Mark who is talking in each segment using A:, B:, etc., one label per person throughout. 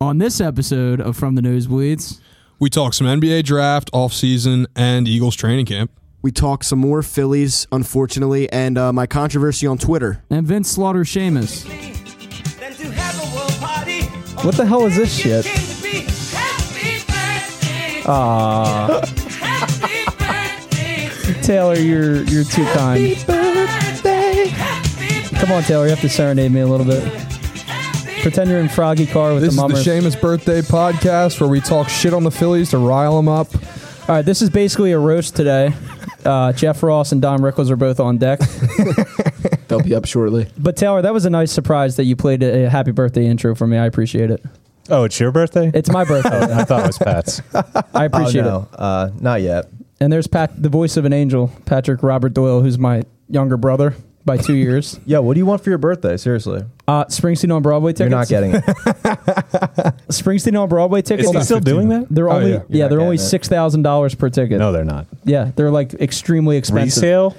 A: On this episode of From the Nosebleeds,
B: We talk some NBA draft, offseason, and Eagles training camp.
C: We talk some more Phillies, unfortunately, and uh, my controversy on Twitter.
A: and Vince Slaughter Sheamus.
D: What the hell is this shit? Ah, Taylor, you're you're too kind. Come on, Taylor, you have to serenade me a little bit. Pretend you're in Froggy Car with
B: This
D: the
B: is the
D: mummers.
B: Seamus birthday podcast where we talk shit on the Phillies to rile them up.
D: All right, this is basically a roast today. Uh, Jeff Ross and Don Rickles are both on deck.
C: They'll be up shortly.
D: But Taylor, that was a nice surprise that you played a, a happy birthday intro for me. I appreciate it.
E: Oh, it's your birthday?
D: It's my birthday.
E: I thought it was Pat's.
D: I appreciate
F: oh, no.
D: it.
F: Uh, not yet.
D: And there's Pat, the voice of an angel, Patrick Robert Doyle, who's my younger brother by two years.
F: Yo, what do you want for your birthday? Seriously,
D: Uh, Springsteen on Broadway tickets.
F: you're not getting it.
D: Springsteen on Broadway tickets.
E: Is he still doing that?
D: They're
B: Oh,
D: only yeah,
B: yeah.
F: You're not
D: they're
F: getting
D: only
F: it.
D: six thousand dollars per ticket.
E: No, they're not.
D: yeah, they're like extremely expensive.
E: Resale?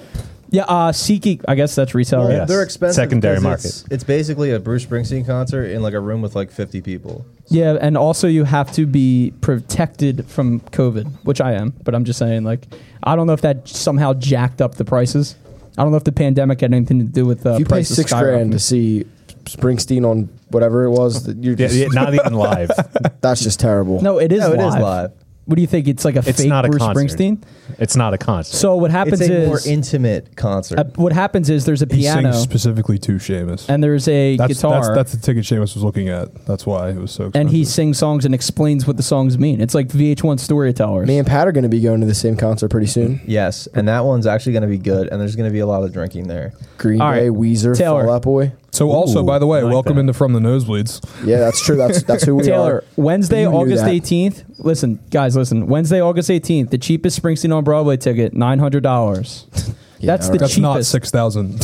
D: Yeah, uh, SeatGeek. I guess that's resale. right?
E: Yeah.
F: They're expensive.
E: Secondary
F: because
E: market.
F: It's, it's basically a Bruce Springsteen concert in like a room with like 50 people.
D: Yeah, and also you have to be protected from COVID, which I am. But I'm just saying, like, I don't know if that somehow jacked up the prices. I don't know if the pandemic had anything to do with uh,
G: If you pay
D: prices
G: six
D: skyrocketing.
G: grand to see Springsteen on whatever it was, that you're
E: Yeah,
G: just,
E: yeah, not even live.
G: that's just terrible.
D: No, it is.
F: No, it
D: live.
F: is live.
D: What do you think? It's like a
E: It's
D: fake
E: not a
D: Bruce
E: concert.
D: Springsteen.
E: It's not a concert.
D: So what happens
F: It's a more
D: is
F: intimate concert.
D: uh, what happens is there's a
B: He
D: piano
B: sings specifically to Seamus.
D: and there's a
B: that's,
D: guitar.
B: That's, that's the ticket Seamus was looking at. That's why it was so expensive.
D: and he sings songs and explains what the songs mean. It's like VH1 storytellers.
G: Me and Pat are going to be going to the same concert pretty soon.
F: yes, and that one's actually going to be good, and there's going to be a lot of drinking there.
G: Green
D: All right,
G: Day, Weezer,
D: Taylor.
G: Fall Out Boy.
B: So, also,
E: Ooh,
B: by the way,
E: I like
B: welcome
E: that.
B: into From the Nosebleeds.
G: Yeah, that's true. That's that's who we
D: Taylor,
G: are.
D: Wednesday,
G: You knew
D: August
G: that.
D: 18th. Listen, guys, listen. Wednesday, August 18th, the cheapest Springsteen on Broadway ticket, $900. that's the
G: alright.
B: That's
D: cheapest.
B: not 6,000.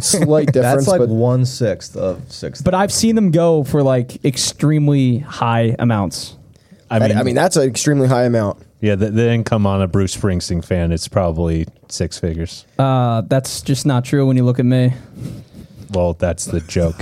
G: Slight difference,
F: That's like
G: but
F: one sixth of six.
D: But I've seen them go for like extremely high amounts.
E: I
G: that-
E: mean,
G: I mean that's an extremely high amount.
E: yeah, the, the income on a Bruce Springsteen fan is probably six figures.
D: Uh, that's just not true when you look at me.
E: Well, that's the joke.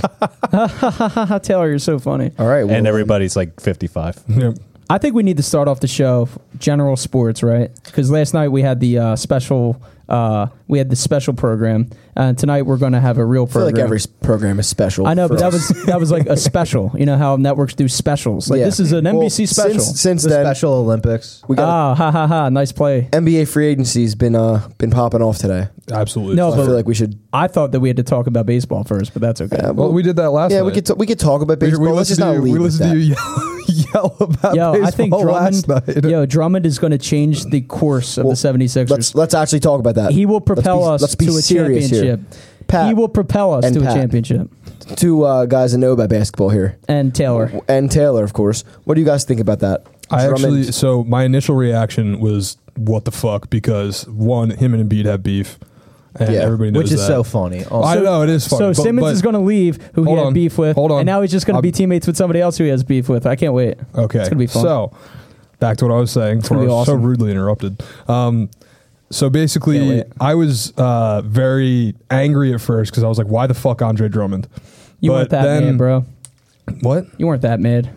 D: Haha, Taylor, you're so funny.
G: All right, well,
E: and everybody's like 55.
B: Yeah.
D: I think we need to start off the show f- general sports, right? Because last night we had the uh, special, uh, we had the special program, and tonight we're going to have a real
G: I feel
D: program.
G: like every s- program is special.
D: I know,
G: for
D: but that
G: us.
D: was that was like a special. You know how networks do specials. Like
G: Yeah.
D: this is an
G: Well,
D: NBC special.
G: Since, since
F: the
G: then,
F: Special Olympics.
G: we got
D: ah, ha ha ha! Nice play.
G: NBA free agency's been uh been popping off today.
B: Absolutely.
D: No,
G: I
D: but-
G: feel like we should.
D: I thought that we had to talk about baseball first, but that's okay.
G: Uh,
B: well, we did that last
G: yeah,
B: night.
G: we could t- we could talk about
B: We-
G: baseball.
B: we
G: Let's just
B: listened to
G: not
B: you,
G: lead
B: we
G: with
B: listened
G: that.
B: to you yell, yell about
D: Yo,
B: baseball
D: I think
B: last
D: Drummond.
B: night.
D: Yo, Drummond is going to change the course of
G: Well,
D: the 76ers.
G: Let's let's actually talk about that.
D: he will
G: Let's
D: propel
G: be-
D: us
G: let's be
D: to a
G: serious here.
D: championship.
G: Pat
D: he will propel us
G: and
D: to
G: Pat.
D: a championship.
G: two uh, guys that know about basketball here,
D: And Taylor,
G: and Taylor, of course. What do you guys think about that?
B: I
G: Drummond-
B: actually, so my initial reaction was, what the fuck? Because one, him and Embiid have beef, and
G: Yeah.
B: everybody knows
F: Which is
B: that.
F: so funny. Also,
B: I know it is funny.
D: so
B: but-
D: Simmons
B: but-
D: is going to leave, who he
B: Hold
D: had
B: on.
D: beef with,
B: Hold on.
D: and now he's just going to
B: I'm-
D: be teammates with somebody else who he has beef with. I can't wait.
B: Okay,
D: it's gonna be fun.
B: So back to what I was saying. before
D: gonna be
B: I was
D: awesome.
B: So rudely interrupted. Um, so basically,
D: Can't
B: I was uh, very angry at first because I was like, "Why the fuck, Andre Drummond?"
D: you
B: But
D: weren't that
B: then-
D: mad, bro.
B: What?
D: You weren't that mad.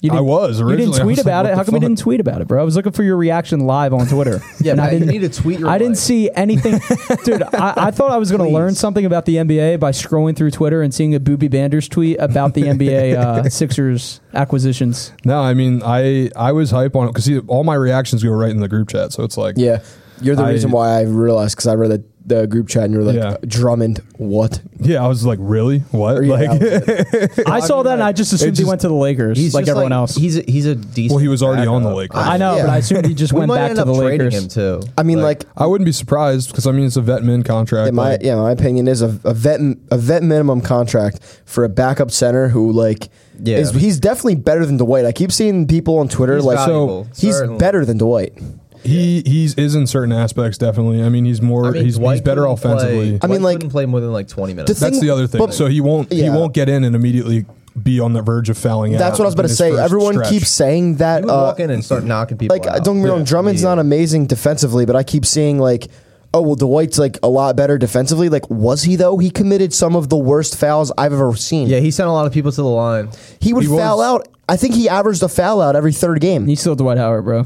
D: You
B: I
D: didn't-
B: was
D: You
B: originally.
D: didn't
B: I
D: tweet
B: was like,
D: about
B: what
D: it. How
B: the
D: come you
B: fuck?
D: didn't tweet about it, bro? I was looking for your reaction live on Twitter.
F: yeah,
D: and I
F: Pat, you
D: didn't.
F: need to tweet your.
D: I didn't
F: life.
D: see anything, dude. I, I thought I was going to learn something about the NBA by scrolling through Twitter and seeing a Booby Banders tweet about the NBA uh, Sixers acquisitions.
B: No, I mean, I I was hype on it because all my reactions go right in the group chat. So it's like,
G: yeah, you're the
B: I-
G: reason why I realized because I read the, the group chat and you were like
B: Yeah.
G: Drummond, what?
B: yeah, I was like, really? What?
G: Or, yeah,
B: like,
G: that was it.
D: I saw that and I just assumed he
B: just-
D: went to the Lakers,
F: He's
D: like
F: just
D: everyone else.
F: He's a, he's a decent.
B: well, he was already on the
F: backup.
B: Lakers.
D: I know,
G: Yeah.
D: but I assumed he just
F: We
D: went
F: might
D: back
F: end
D: to
F: up
D: the
F: trading
D: Lakers.
F: him too.
G: I mean, like,
B: I wouldn't be surprised because I mean it's a vet min contract.
G: in my
B: like-
G: yeah, my opinion is a, a vet a vet minimum contract for a backup center who like
F: Yeah.
G: is he's definitely better than Dwight. I keep seeing people on Twitter
F: He's
G: like
F: valuable,
G: he's
F: certainly.
G: better than Dwight.
B: he he's is in certain aspects definitely. I mean he's more
F: I mean,
B: he's, he's
F: Dwight
B: better
F: couldn't
B: offensively.
F: Play,
G: mean,
F: Dwight
G: like-
F: couldn't play more than like twenty minutes.
G: The
B: That's
G: thing-
B: the other thing.
G: but-
B: so he won't he
G: yeah.
B: won't get in and immediately be on the verge of fouling out.
G: That's what I was about
B: in
G: to
B: his
G: say.
B: first
G: Everyone
B: stretch.
G: keeps saying that.
F: You would
G: uh,
F: walk in and start knocking people.
G: like
F: out.
G: don't get me wrong, Drummond's not amazing defensively, but I keep seeing like oh well, Dwight's like a lot better defensively. Like, was he though? He committed some of the worst fouls I've ever seen.
F: Yeah, he sent a lot of people to the line.
G: he would
B: he was-
G: foul out. I think he averaged a foul out every third game.
D: He's still Dwight Howard, bro.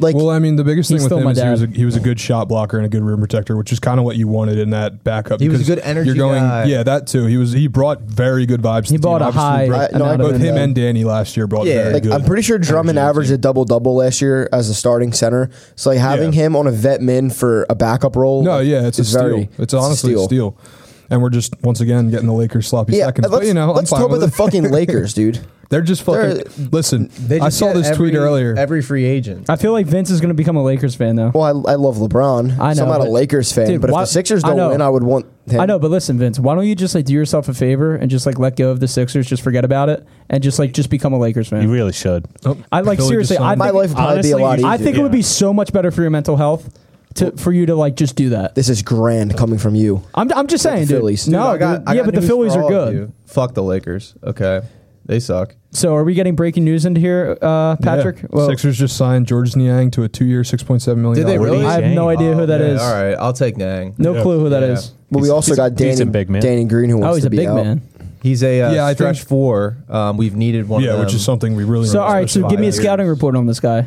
G: Like,
B: Well, I mean, the biggest
D: He's
B: thing with
D: still
B: him
D: my
B: is he
D: dad.
B: was, a, he was a good shot blocker and a good rim protector, which is kind of what you wanted in that backup.
F: He was a
B: because
F: good energy
B: You're going,
F: guy.
B: yeah, that too. He was he brought very good vibes.
D: He
B: to the
D: brought
B: team.
D: a
B: Obviously,
D: high
B: brought-
G: I- no,
D: amount
G: I
D: of-
B: both
G: agree
B: him
G: with
B: and Danny last year brought
F: Yeah,
B: very
F: like,
B: good.
G: I'm pretty sure Drummond
B: energy to the
G: averaged a double double last year as a starting center. So like having
B: Yeah.
G: him on a vet min for a backup role.
B: No,
G: like,
B: yeah, it's a
G: is
B: steal.
G: very-
B: it's honestly a steal. And we're just once again getting the Lakers sloppy
G: Yeah,
B: seconds.
G: let's,
B: But you know,
G: let's
B: I'm fine
G: talk
B: with
G: about the
B: it.
G: fucking Lakers, dude.
B: They're just fucking. listen,
F: They
B: I
F: just
B: saw
F: get
B: this tweet
F: every-
B: earlier.
F: Every free agent.
D: I feel like Vince is going to become a Lakers fan, though.
G: Well, I, I love LeBron.
D: I
G: So I'm
D: know,
G: not a
D: but-
G: Lakers fan,
D: Dude,
G: but if
D: why-
G: the Sixers
D: I
G: don't
D: know.
G: win, I would want him.
D: I know, but listen, Vince, why don't you just like do yourself a favor and just like let go of the Sixers, just forget about it, and just like just become a Lakers fan?
E: You really should.
B: Oh,
D: I like
B: Philly just
D: seriously.
B: signed
D: I
G: My
D: think,
G: life would probably be a
E: honestly,
G: lot easier.
D: I think it would be so much better for your mental health to for you to like just do that.
G: this is grand coming from you.
D: I'm, I'm just saying, dude.
G: Phillies.
D: No,
F: Dude, I got-
D: dude.
F: I
D: yeah,
F: got
D: but the
F: news
D: Phillies
F: for
D: are
F: all of
D: good.
F: you. Fuck the Lakers. Okay, they suck.
D: So are we getting breaking news into here, uh,
B: yeah.
D: Patrick? Well,
B: Sixers just signed George Niang to a two-year, six-point-seven million.
F: Did they
B: dollar
F: really?
B: deal.
D: I have no
E: Shane.
D: idea who that
F: Oh, Yeah,
D: is.
F: All right, I'll take Nang.
D: No
B: Yeah.
D: clue who that
F: Yeah.
D: is.
G: But we
E: He's-
G: also
E: he's a
G: got Danny,
E: decent big man.
G: Danny Green who wants
D: Oh, he's
G: to
D: a
G: be
D: big
G: out.
D: man.
F: He's a uh,
B: Yeah, I
F: stretch
B: think-
F: four. Um, we've needed one.
B: Yeah,
F: of them.
B: which is something we really.
D: So
B: need
D: all right, so
B: to
D: give me a
B: survive.
D: scouting report on this guy.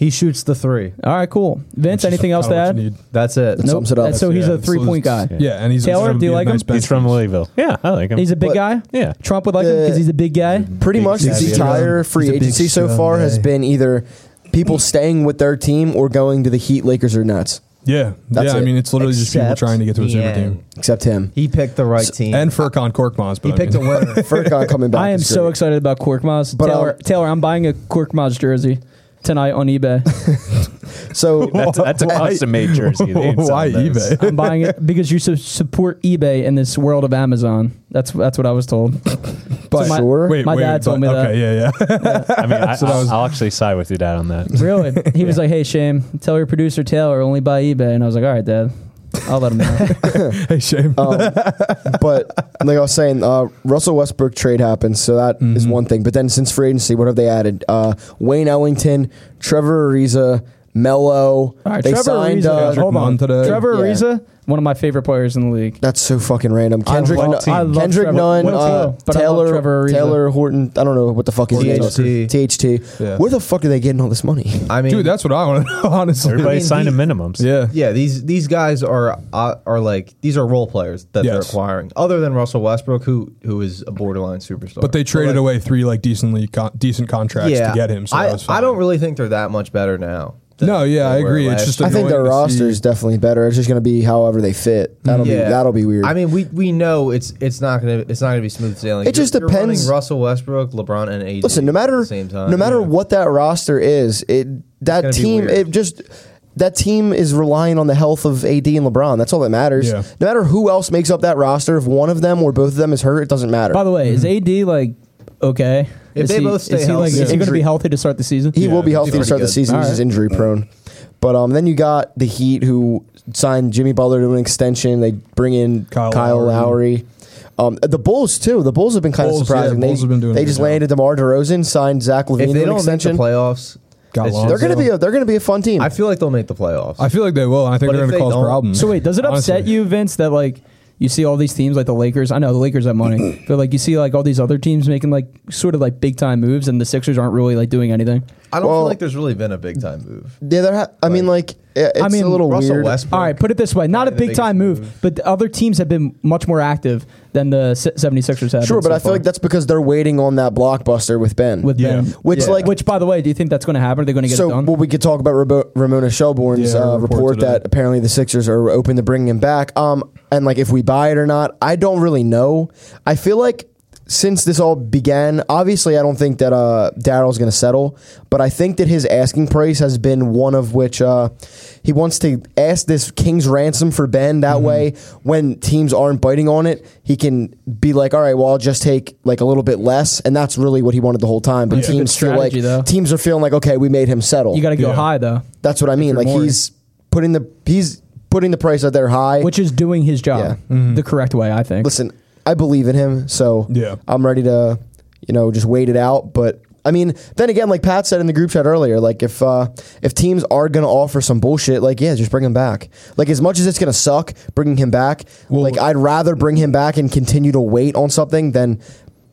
F: he shoots the three.
D: All right, cool. Vince, anything else to
B: Kinda what you
D: add?
B: need.
F: That's it.
G: Nope. sums it up.
D: That's- So he's
B: Yeah,
D: a
B: so
D: three point
B: it's-
D: guy.
B: Yeah, and he's
D: Taylor,
B: he's
D: do you
B: a
D: like him?
B: nice bench
E: He's from
B: piece.
E: Louisville. Yeah, I like him.
D: He's a big
G: But-
D: guy.
E: yeah.
D: Trump would like him because he's a big guy.
G: Pretty much
E: savvy
G: the
E: guy.
G: entire
B: He's a
G: free
B: big
G: agency so
B: strong
G: far
B: guy.
G: has been either people staying with their team or going to the Heat, Lakers, or Nets,
B: Yeah,
G: That's
B: yeah. I
G: it.
B: mean, it's literally just people
F: Except
B: trying to get to a super
F: Niang.
B: team.
D: uh,
G: except him.
F: He picked the right team.
B: And Furkan Korkmaz, but
F: he
B: I
F: picked a
B: mean,
F: winner.
G: Furkan coming back.
D: I am
G: is
D: so
G: great.
D: excited about Korkmaz.
G: But,
D: Taylor,
G: um,
D: Taylor, I'm buying a Korkmaz jersey tonight on eBay.
G: So
E: That's, that's a custom-made jersey. They ain't
B: Why
E: selling those.
B: eBay?
D: I'm buying it because you su- support eBay in this world of Amazon. That's that's what I was told.
G: But-
D: my,
G: Sure.
B: Wait,
D: my
B: wait,
D: dad told
B: but-
D: me that.
B: Okay, yeah, yeah.
E: I mean, I, I'll, I'll actually side with your dad on that.
D: Really? He was like, "Hey, Shame, tell your producer Taylor only buy eBay," and I was like, "All right, Dad, I'll let him know."
B: hey, shame.
D: Uh,
G: Um, but like I was saying, uh, Russell Westbrook trade happens, so that is one thing. But then since free agency, what have they added? Uh, Wayne Ellington, Trevor Ariza,
D: All
G: Melo.
D: right,
G: they
D: Trevor
G: signed.
D: Ariza.
G: Uh,
B: Kendrick
D: hold on,
B: Nunn today.
D: Trevor
G: Yeah.
D: Ariza, one of my favorite players in the league.
G: that's so fucking random.
D: I
G: Kendrick,
D: love-
G: Nun-
D: I love
G: Kendrick
D: Trevor-
G: Nunn,
D: What
G: uh,
D: team? But I love
G: Taylor,
D: Trevor Ariza.
G: Taylor Horton. I don't know what the fuck his name
F: THT.
G: is. THT.
B: Yeah.
G: Where the fuck are they getting all this money?
F: I mean,
B: Dude, that's what I want to know, honestly.
E: Everybody
F: mean,
E: signed
F: he-
E: a minimums.
B: yeah.
F: yeah. These these guys are uh, are like these are role players that they're
B: Yes.
F: acquiring. Other than Russell Westbrook, who who is a borderline superstar,
B: But they traded
F: like,
B: away three like decently con- decent contracts to get him. So that
F: I,
B: was
F: I
B: fine.
F: don't really think they're that much better now. than
B: No, yeah,
F: they
B: I
F: were
B: agree. It's
F: last
B: just
F: year.
G: I think their
B: Annoying to
G: roster
B: see.
G: is definitely better. It's just going to be however they fit. That'll be that'll be weird.
F: I mean, we we know it's it's not gonna it's not gonna be smooth sailing.
G: It just
F: You're- you're running
G: depends-
F: Russell Westbrook, LeBron, and AD.
G: Listen, no
F: at
G: matter
F: the same time,
G: no matter
F: Yeah.
G: what that roster is, it that
F: gonna be
G: team
F: weird.
G: it just that team is relying on the health of AD and LeBron. That's all that matters.
B: Yeah.
G: No matter who else makes up that roster, if one of them or both of them is hurt, it doesn't matter.
D: By the way, is AD like okay?
F: If
D: is
F: they
D: he,
F: both stay
D: is he, like, is
F: healthy.
D: he going to
G: Injury-
D: be healthy to start the season?
G: he
B: Yeah,
G: will be
B: he's
G: healthy to
B: pretty
G: start the
F: good.
G: season.
D: All
G: He's just
D: right.
G: injury prone. But um, then you got the Heat who signed Jimmy Butler to an extension. They bring in Kyle,
B: Kyle
G: Lowry.
B: Lowry.
G: Um, the Bulls too. The Bulls have been kind
B: Bulls,
G: of
B: yeah,
G: surprising.
B: Bulls
G: they
B: have been doing
G: they
B: a
G: just
B: good job.
G: landed DeMar DeRozan, signed Zach Levine
F: if they
G: to an
F: don't
G: extension.
F: make the playoffs,
B: Got
F: it's
B: lost.
G: they're
F: just-
G: going to be a, they're going to be a fun team.
F: I feel like they'll make the playoffs.
B: I feel like they will. and I think
F: But
B: they're
F: if
B: going to
F: they
B: cause
F: don't-
B: problems.
D: So wait, does it upset
B: Honestly.
D: you, Vince, that like you see all these teams like the Lakers? I know the Lakers have money, but like you see like all these other teams making like sort of like big time moves, and the Sixers aren't really like doing anything.
F: I don't
G: Well-
F: feel like there's really been a big time move.
G: Yeah, there. Ha- I mean, like i- it's
D: I mean,
G: a little
F: Russell
G: weird.
F: Westbrook.
D: All right, put it this way: not a
F: Probably the
D: big time move,
F: biggest
D: but the other teams have been much more active than the Se- 76ers have.
G: Sure,
D: been
G: but
D: so
G: I feel
D: far.
G: like that's because they're waiting on that blockbuster with Ben.
D: with
B: Yeah.
D: Ben,
G: Which,
F: Yeah.
G: like-
D: which by the way, do you think that's going to happen? Are they going to get
G: so,
D: it done?
G: well, we could talk about Rabo- Ramona Shelbourne's
B: Yeah,
G: uh,
B: report
G: report
B: today.
G: that apparently the Sixers are open to bringing him back. Um, and like if we buy it or not, I don't really know. I feel like since this all began, obviously, I don't think that uh Daryl's going to settle, but I think that his asking price has been one of which uh he wants to ask this king's ransom for Ben.
D: Mm-hmm.
G: That way, when teams aren't biting on it, he can be like, "All right, well, I'll just take like a little bit less," and that's really what he wanted the whole time. But
D: That's a good
G: teams feel like
D: strategy, though.
G: teams are feeling like, "Okay, we made him settle."
D: you got to go
B: Yeah.
D: high though,
G: That's what I mean.
D: you're
G: Like
D: Maury.
G: he's putting the he's putting the price out there high.
D: which is doing his job the correct way, I think.
G: listen, I believe in him, so
B: Yeah.
G: I'm ready to you know just wait it out. But I mean, then again, like Pat said in the group chat earlier, like if uh, if teams are gonna offer some bullshit, like yeah, just bring him back. Like as much as it's gonna suck bringing him back,
B: Well-
G: like I'd rather bring him back and continue to wait on something than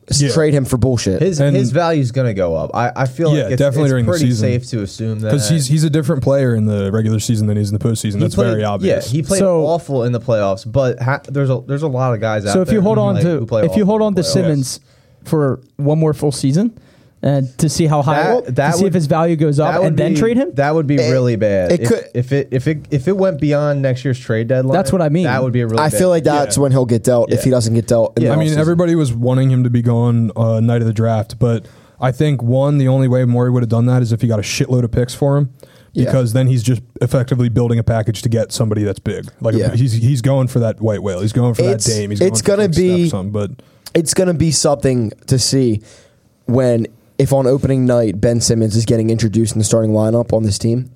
G: s-
B: Yeah.
G: trade him for bullshit.
F: His
B: And-
F: his value's gonna go up. I, I feel
B: Yeah,
F: like it's,
B: definitely
F: it's
B: during the
F: pretty
B: season.
F: safe to assume that
B: because he's he's a different player in the regular season than he's in the postseason.
F: he
B: That's
F: played-
B: very obvious.
F: Yeah, he played
D: So-
F: awful in the playoffs, but ha- there's a there's a lot of guys out
D: So if
F: there
D: you hold
F: who
D: on
F: play-
D: to
F: who play
D: if you
F: awful
D: hold
F: in
D: on
F: the
D: to
F: playoffs.
D: Simmons for one more full season and to see how high
F: That- that
D: to see
F: would-
D: if his value goes
F: That
D: up
F: would
D: and then
F: be-
D: trade him.
F: That would be really bad.
G: it
F: if,
G: could-
F: if it if it if it went beyond next year's trade deadline.
D: That's what I mean.
F: That would be a really.
G: I
F: bad-
G: feel like that's
B: Yeah.
G: when he'll get dealt if
F: Yeah.
G: he doesn't get dealt. In
F: Yeah.
G: the
B: I mean,
G: offseason.
B: everybody was wanting him to be gone uh, night of the draft, but I think one, the only way Maury would have done that is if he got a shitload of picks for him,
G: Yeah.
B: because then he's just effectively building a package to get somebody that's big. Like
G: Yeah.
B: he's he's going for that white whale. He's going for
G: It's-
B: that dame. He's
G: it's
B: going
G: gonna
B: for Quick Step
G: be-
B: or something, but
G: it's going to be something to see when if on opening night Ben Simmons is getting introduced in the starting lineup on this team.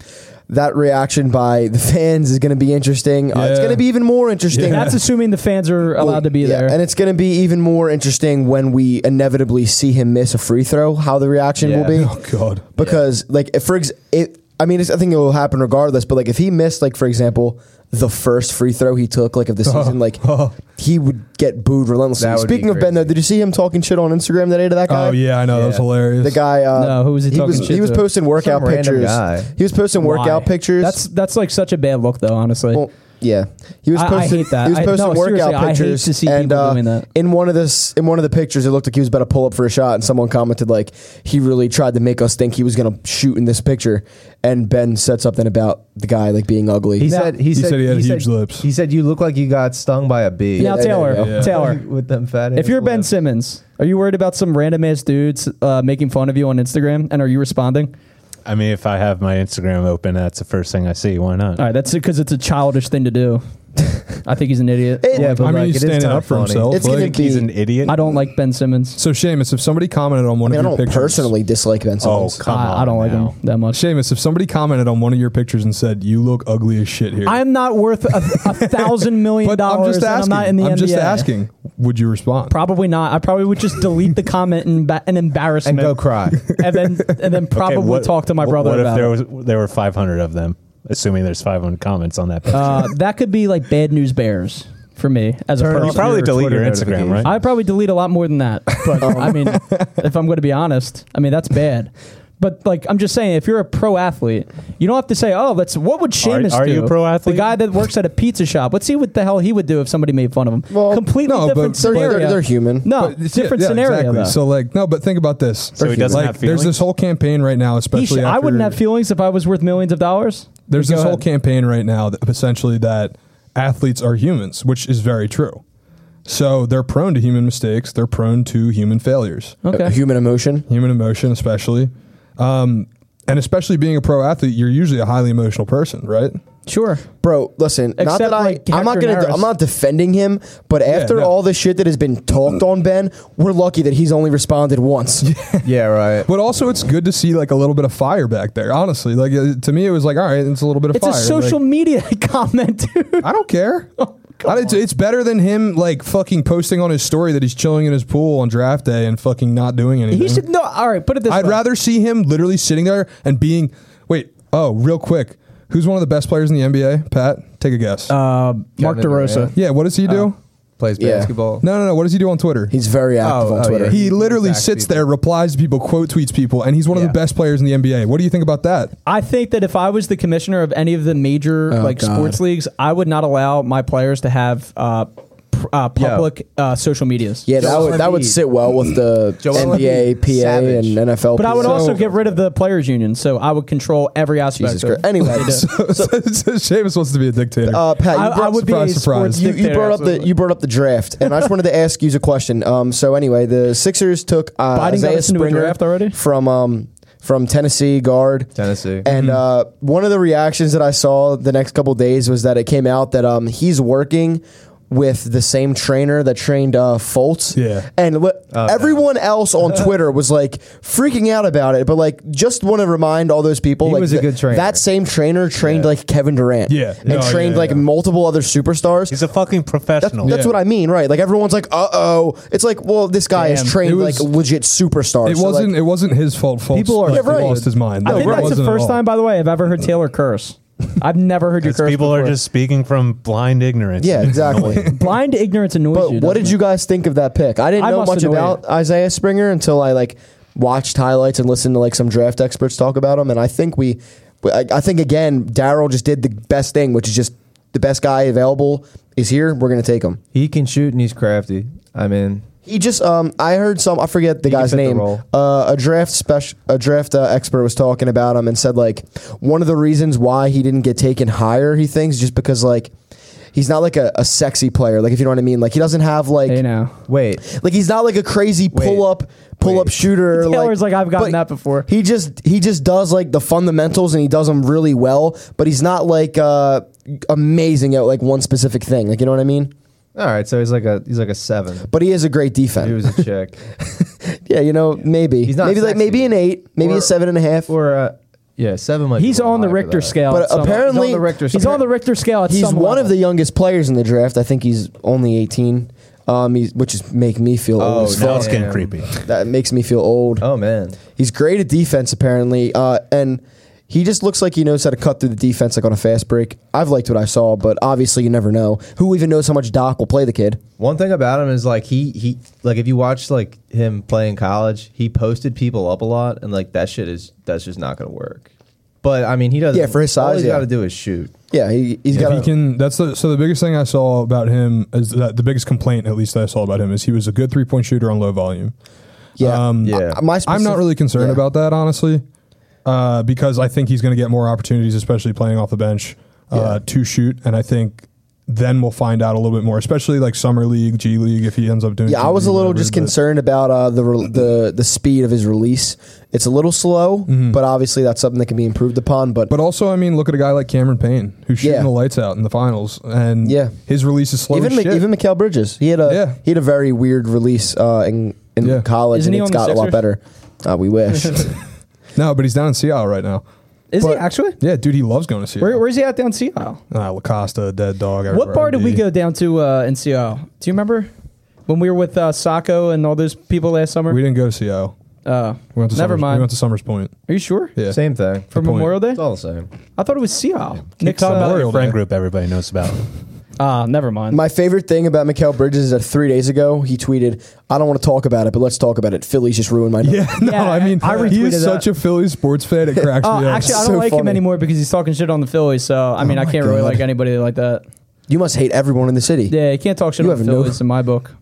G: That reaction by the fans is going to be interesting. Uh, it's
B: Yeah.
G: going to be even more interesting.
D: That's assuming the fans are allowed to be
G: Yeah,
D: there.
G: and it's going to be even more interesting when we inevitably see him miss a free throw. How the reaction will
F: Yeah.
G: be
B: oh god,
G: because like if for ex- it, I mean, it's, I think it will happen regardless. But like if he missed, like for example, the first free throw he took, like of the season, like he would get booed relentlessly.
F: That would be
G: Speaking of Ben, though,
F: crazy.
G: did you see him talking shit on Instagram today to that guy?
B: oh yeah, I know that was
F: Yeah.
B: hilarious.
G: the guy. Uh,
D: No, who was he talking
G: was,
D: shit
G: He was
D: to?
G: posting workout
F: Some random
G: pictures.
F: guy.
G: He was posting
D: Why?
G: workout pictures.
D: That's that's like such a bad look though. Honestly,
G: well, yeah. He was
D: I- I
G: posting.
D: hate that.
G: He was
D: I-
G: posting
D: no, seriously,
G: workout
D: I hate
G: pictures.
D: to see
G: and
D: people
G: uh,
D: doing that.
G: in one of this, in one of the pictures, it looked like he was about to pull up for a shot, and someone commented like he really tried to make us think he was going to shoot in this picture. And Ben said something about the guy like being ugly.
F: He said he, said,
B: said he had huge lips.
F: He said you look like you got stung by a bee.
D: now
G: there you
D: Taylor,
G: go.
D: Taylor,
F: with them fat.
D: if you're
F: ass
D: Ben
F: lips.
D: Simmons, are you worried about some random ass dudes uh, making fun of you on Instagram? And are you responding?
E: I mean, if I have my Instagram open, that's the first thing I see. Why not?
D: All right, that's because it's a childish thing to do. I think he's an idiot.
F: yeah, but
B: I mean,
F: like,
B: he's
F: it is
B: standing
F: kinda
B: up for
F: funny.
B: himself.
G: It's gonna
B: like-
G: be-
E: He's an idiot.
D: I don't like Ben Simmons.
B: so Seamus, if somebody commented on
G: I
B: one
G: mean, I
B: of your
G: don't
B: pictures,
G: personally dislike Ben
E: Oh,
G: Simmons.
E: come on.
D: I, I don't like
E: now.
D: him that much.
B: Seamus, if somebody commented on one of your pictures and said you look ugly as shit here,
D: I'm not worth a, a thousand million
B: but I'm
D: dollars.
B: just
D: and
B: asking.
D: I'm not in the NBA.
B: just asking. Would you respond?
D: Probably not. I probably would just delete the comment in, ba- in
F: and
D: embarrassment
F: go cry.
D: and then and then
E: Okay,
D: probably
E: what-
D: talk to my
E: wh-
D: brother
E: What
D: about
E: if there
D: it.
E: was there were 500 of them? Assuming there's 500 comments on that. picture.
D: Uh, that could be like bad news bears for me as a
F: Turn
D: person.
E: you probably
F: your
E: delete
F: Twitter
E: your
F: notification.
E: Instagram, right?
D: I probably delete a lot more than that. But I mean, if I'm going to be honest, I mean that's bad. But like I'm just saying, if you're a pro athlete, you don't have to say, "Oh, let's." What would Seamus
E: are
D: do?
E: you a pro athlete?
D: The guy that works at a pizza shop. Let's see what the hell he would do if somebody made fun of him.
G: Well,
D: Completely
B: no, but
D: different
G: they're-
D: scenario.
G: they're- they're human.
D: No,
B: But it's-
D: different
B: yeah,
D: scenario.
B: Exactly.
D: though.
B: So like, no, but think about this.
E: So he doesn't
B: like,
E: have
B: There's this
E: feelings?
B: whole campaign right now,
D: He
B: especially.
D: should- I
B: after-
D: wouldn't have feelings if I was worth millions of dollars.
B: There's
D: Go
B: this whole
D: ahead.
B: campaign right now that essentially that athletes are humans, which is very true. So they're prone to human mistakes. They're prone to human failures,
D: Okay.
G: Human emotion.
B: human emotion, especially. Um, and especially being a pro athlete, you're usually a highly emotional person, right?
D: Sure.
G: Bro, listen. not
D: Except,
G: that I,
D: like,
G: I'm not
D: Hector
G: gonna.
D: Neris.
G: I'm not defending him, but after
B: no.
G: all the shit that has been talked on Ben, we're lucky that he's only responded once.
F: yeah, right.
B: But also, it's good to see like a little bit of fire back there. Honestly, like uh, to me, it was like, all right, it's a little bit of
D: It's
B: fire.
D: a social Oh,
B: Like,
D: media comment, dude.
B: I don't care. I- it's, it's better than him like fucking posting on his story that he's chilling in his pool on draft day and fucking not doing anything.
D: He should no. All right, put it this
B: I'd
D: way.
B: rather see him literally sitting there and being. Wait, oh, real quick, who's one of the best players in the NBA? Pat, take a guess.
D: uh, Mark
F: Kevin Durant.
D: DeRosa.
B: yeah, what does he do?
F: uh, Plays
G: Yeah.
F: basketball.
B: No, no, no. What does he do on Twitter?
G: He's very active
F: Oh,
G: on
F: oh,
G: Twitter.
F: yeah.
B: he literally
F: attacks
B: sits
F: people.
B: there, replies to people, quote tweets people, and he's one
F: Yeah.
B: of the best players in the NBA. What do you think about that?
D: I think that if I was the commissioner of any of the major
G: Oh,
D: like
G: God.
D: sports leagues, I would not allow my players to have uh, pr- uh, public uh, social medias.
G: Yeah, that would, that would
F: Embiid.
G: sit well with the
F: Joel
G: NBA,
F: Embiid,
G: PA,
F: savage.
G: and NFL.
D: But I would
G: people.
D: also get rid of the players' union, so I would control every aspect.
G: Jesus
D: of
G: Christ.
D: what
G: Anyway,
D: they do.
B: so, Seamus wants to be a dictator.
G: Uh, Pat, you
D: I-
G: brought,
D: I would be
B: surprise,
D: a
B: surprise.
D: sports
G: you, you
D: dictator,
G: brought up the
D: absolutely.
G: you brought up the draft, and I just wanted to ask you a question. Um, so anyway, the Sixers took
D: Biden
G: uh,
D: got
G: Isaiah
D: us into a
G: Springer
D: draft already?
G: from um, from Tennessee guard.
F: Tennessee.
G: And uh, one of the reactions that I saw the next couple days was that it came out that um, he's working with the same trainer that trained uh, Fultz.
B: Yeah.
G: And li- everyone else on Twitter was like freaking out about it. But like, just want to remind all those people
F: He
G: like
F: was a
G: th-
F: good trainer.
G: That same trainer trained like Kevin Durant.
B: Yeah.
G: And
B: Oh,
G: trained
B: yeah,
G: like
B: yeah.
G: multiple other superstars.
E: He's a fucking
G: That's,
E: professional.
G: that's what I mean, right? Like everyone's like, "Uh oh." It's like, well, this guy
B: Damn.
G: is trained
B: It was-
G: like legit superstars.
B: It
G: So, like,
B: wasn't. it wasn't his fault. Fultz
D: People are
B: like,
G: Yeah, right.
B: lost his mind.
D: I
B: Like,
D: think
B: it
D: that's the
B: wasn't at
D: first
B: all.
D: time, by the way, I've ever heard Taylor curse. I've never heard you
E: Because
D: curse.
E: people are
D: before.
E: just speaking from blind ignorance.
G: yeah, exactly.
D: blind ignorance annoys
G: But
D: you.
G: what
D: doesn't
G: did
D: it?
G: you guys think of that pick? I didn't
D: I
G: know
D: must
G: much
D: annoy
G: about Isaiah Springer until I like watched highlights and listened to like some draft experts talk about him, and I think we, I, I think again, Daryl just did the best thing, which is just the best guy available is here. We're gonna take him.
F: He can shoot and he's crafty. I mean,
G: He just, um, I heard some, I forget the
F: can
G: guy's
F: fit the
G: name.
F: role.
G: uh, a draft special, a draft uh, expert was talking about him and said like one of the reasons why he didn't get taken higher, he thinks, just because like. He's not like a, a sexy player, like if you know what I mean. Like he doesn't have like
D: Hey now.
F: wait.
G: like he's not like a crazy
F: Wait.
G: pull up pull up
F: Wait.
G: shooter.
D: Taylor's like, I've gotten that
G: but
D: before.
G: He just he just does like the fundamentals and he does them really well. But he's not like uh, amazing at like one specific thing. Like you know what I mean.
F: All right, so he's like a he's like a seven.
G: But he is a great
F: He
G: defense.
F: was a chick,
G: Yeah, you know maybe
F: He's not
G: maybe like
F: sexy.
G: maybe an eight, maybe a
F: Or-
G: seven and a half.
F: or uh, yeah, seven. Might be
D: He's
F: a little
D: on the
F: high for
D: Richter
F: that.
D: scale.
G: But
D: at some-
G: apparently-
F: He's on the Richter
D: he's
F: scale.
D: on the Richter scale. At
G: he's
D: some
G: one
D: level.
G: of the youngest players in the draft. I think he's only eighteen. Um, he's, which is make me feel old. as
E: Now
G: fuck.
E: it's getting
F: Damn.
E: creepy.
G: That makes me feel old.
F: Oh man,
G: He's great at defense, apparently, uh, and he just looks like he knows how to cut through the defense, like on a fast break. I've liked what I saw, but obviously, you never know. Who even knows how much Doc will play the kid?
F: One thing about him is like he he like if you watch like him play in college, he posted people up a lot, and like that shit is that's just not gonna work. But I mean, he doesn't.
G: Yeah, for his size,
F: all he's
G: yeah.
F: got to do is shoot.
G: Yeah, he, he's
B: If
G: got.
B: he can, that's the, so the biggest thing I saw about him is that the biggest complaint, at least that I saw about him, is he was a good three point shooter on low volume.
G: yeah,
B: um,
F: Yeah.
G: I, my
B: I'm not
G: specific-
B: really concerned
G: yeah.
B: about that, honestly, uh, because I think he's going to get more opportunities, especially playing off the bench, uh, to shoot. And I think then we'll find out a little bit more, especially like summer league, G League, if he ends up doing.
G: Yeah,
B: G
G: I was a
B: League,
G: little
B: whatever,
G: just
B: but-
G: concerned about uh, the re- the the speed of his release. It's a little slow,
B: Mm-hmm.
G: but obviously that's something that can be improved upon. But,
B: But also, I mean, look at a guy like Cameron Payne who's shooting
G: Yeah.
B: the lights out in the finals, and
G: Yeah.
B: his release is slow.
G: even
B: as
G: Mc,
B: shit.
G: even Mikael Bridges, he had a
B: Yeah.
G: he had a very weird release uh, in in
B: Yeah.
G: college,
D: Isn't
G: and
D: he
G: it's
D: on the
G: got a lot
D: Sixers?
G: better. Uh, we wish.
B: no, but he's down in Seattle right now.
D: Is he
B: but-
D: actually?
B: Yeah, dude, he loves going to Seattle.
D: Where, where's he at down Seattle?
B: Ah, La Costa, dead dog.
D: What bar did we
B: RD.
D: go down to uh, in CO? Do you remember when we were with uh, Sacco and all those people last summer?
B: We didn't go to Seattle.
D: uh,
B: We went to
D: Never
B: Summers,
D: mind.
B: We went to Summers Point.
D: are you sure?
B: Yeah.
F: Same thing.
D: For
B: Good point.
D: Memorial Day?
G: Oh.
F: It's all the same.
D: I thought it was CO. Nick's
E: Talk about
D: uh,
B: Memorial
E: your friend
B: Day.
E: group everybody knows about.
D: ah, never mind.
G: My favorite thing about Mikael Bridges is that three days ago he tweeted, "I don't want to talk about it, but let's talk about it." Phillies just ruined my. night."
B: Yeah, no,
D: Yeah,
B: I mean,
D: I
B: he
D: retweeted
B: is such
D: that.
B: a Philly sports fan. It cracks
D: Oh,
B: me up.
D: actually, I don't
G: so
D: like him
G: funny.
D: anymore because he's talking shit on the Phillies. So
B: Oh
D: I mean, I
G: my
D: can't really
G: God.
D: like anybody like that.
G: You must hate everyone in the city.
D: Yeah, you can't talk shit
G: You
D: on the
G: have no-
D: Phillies in my book.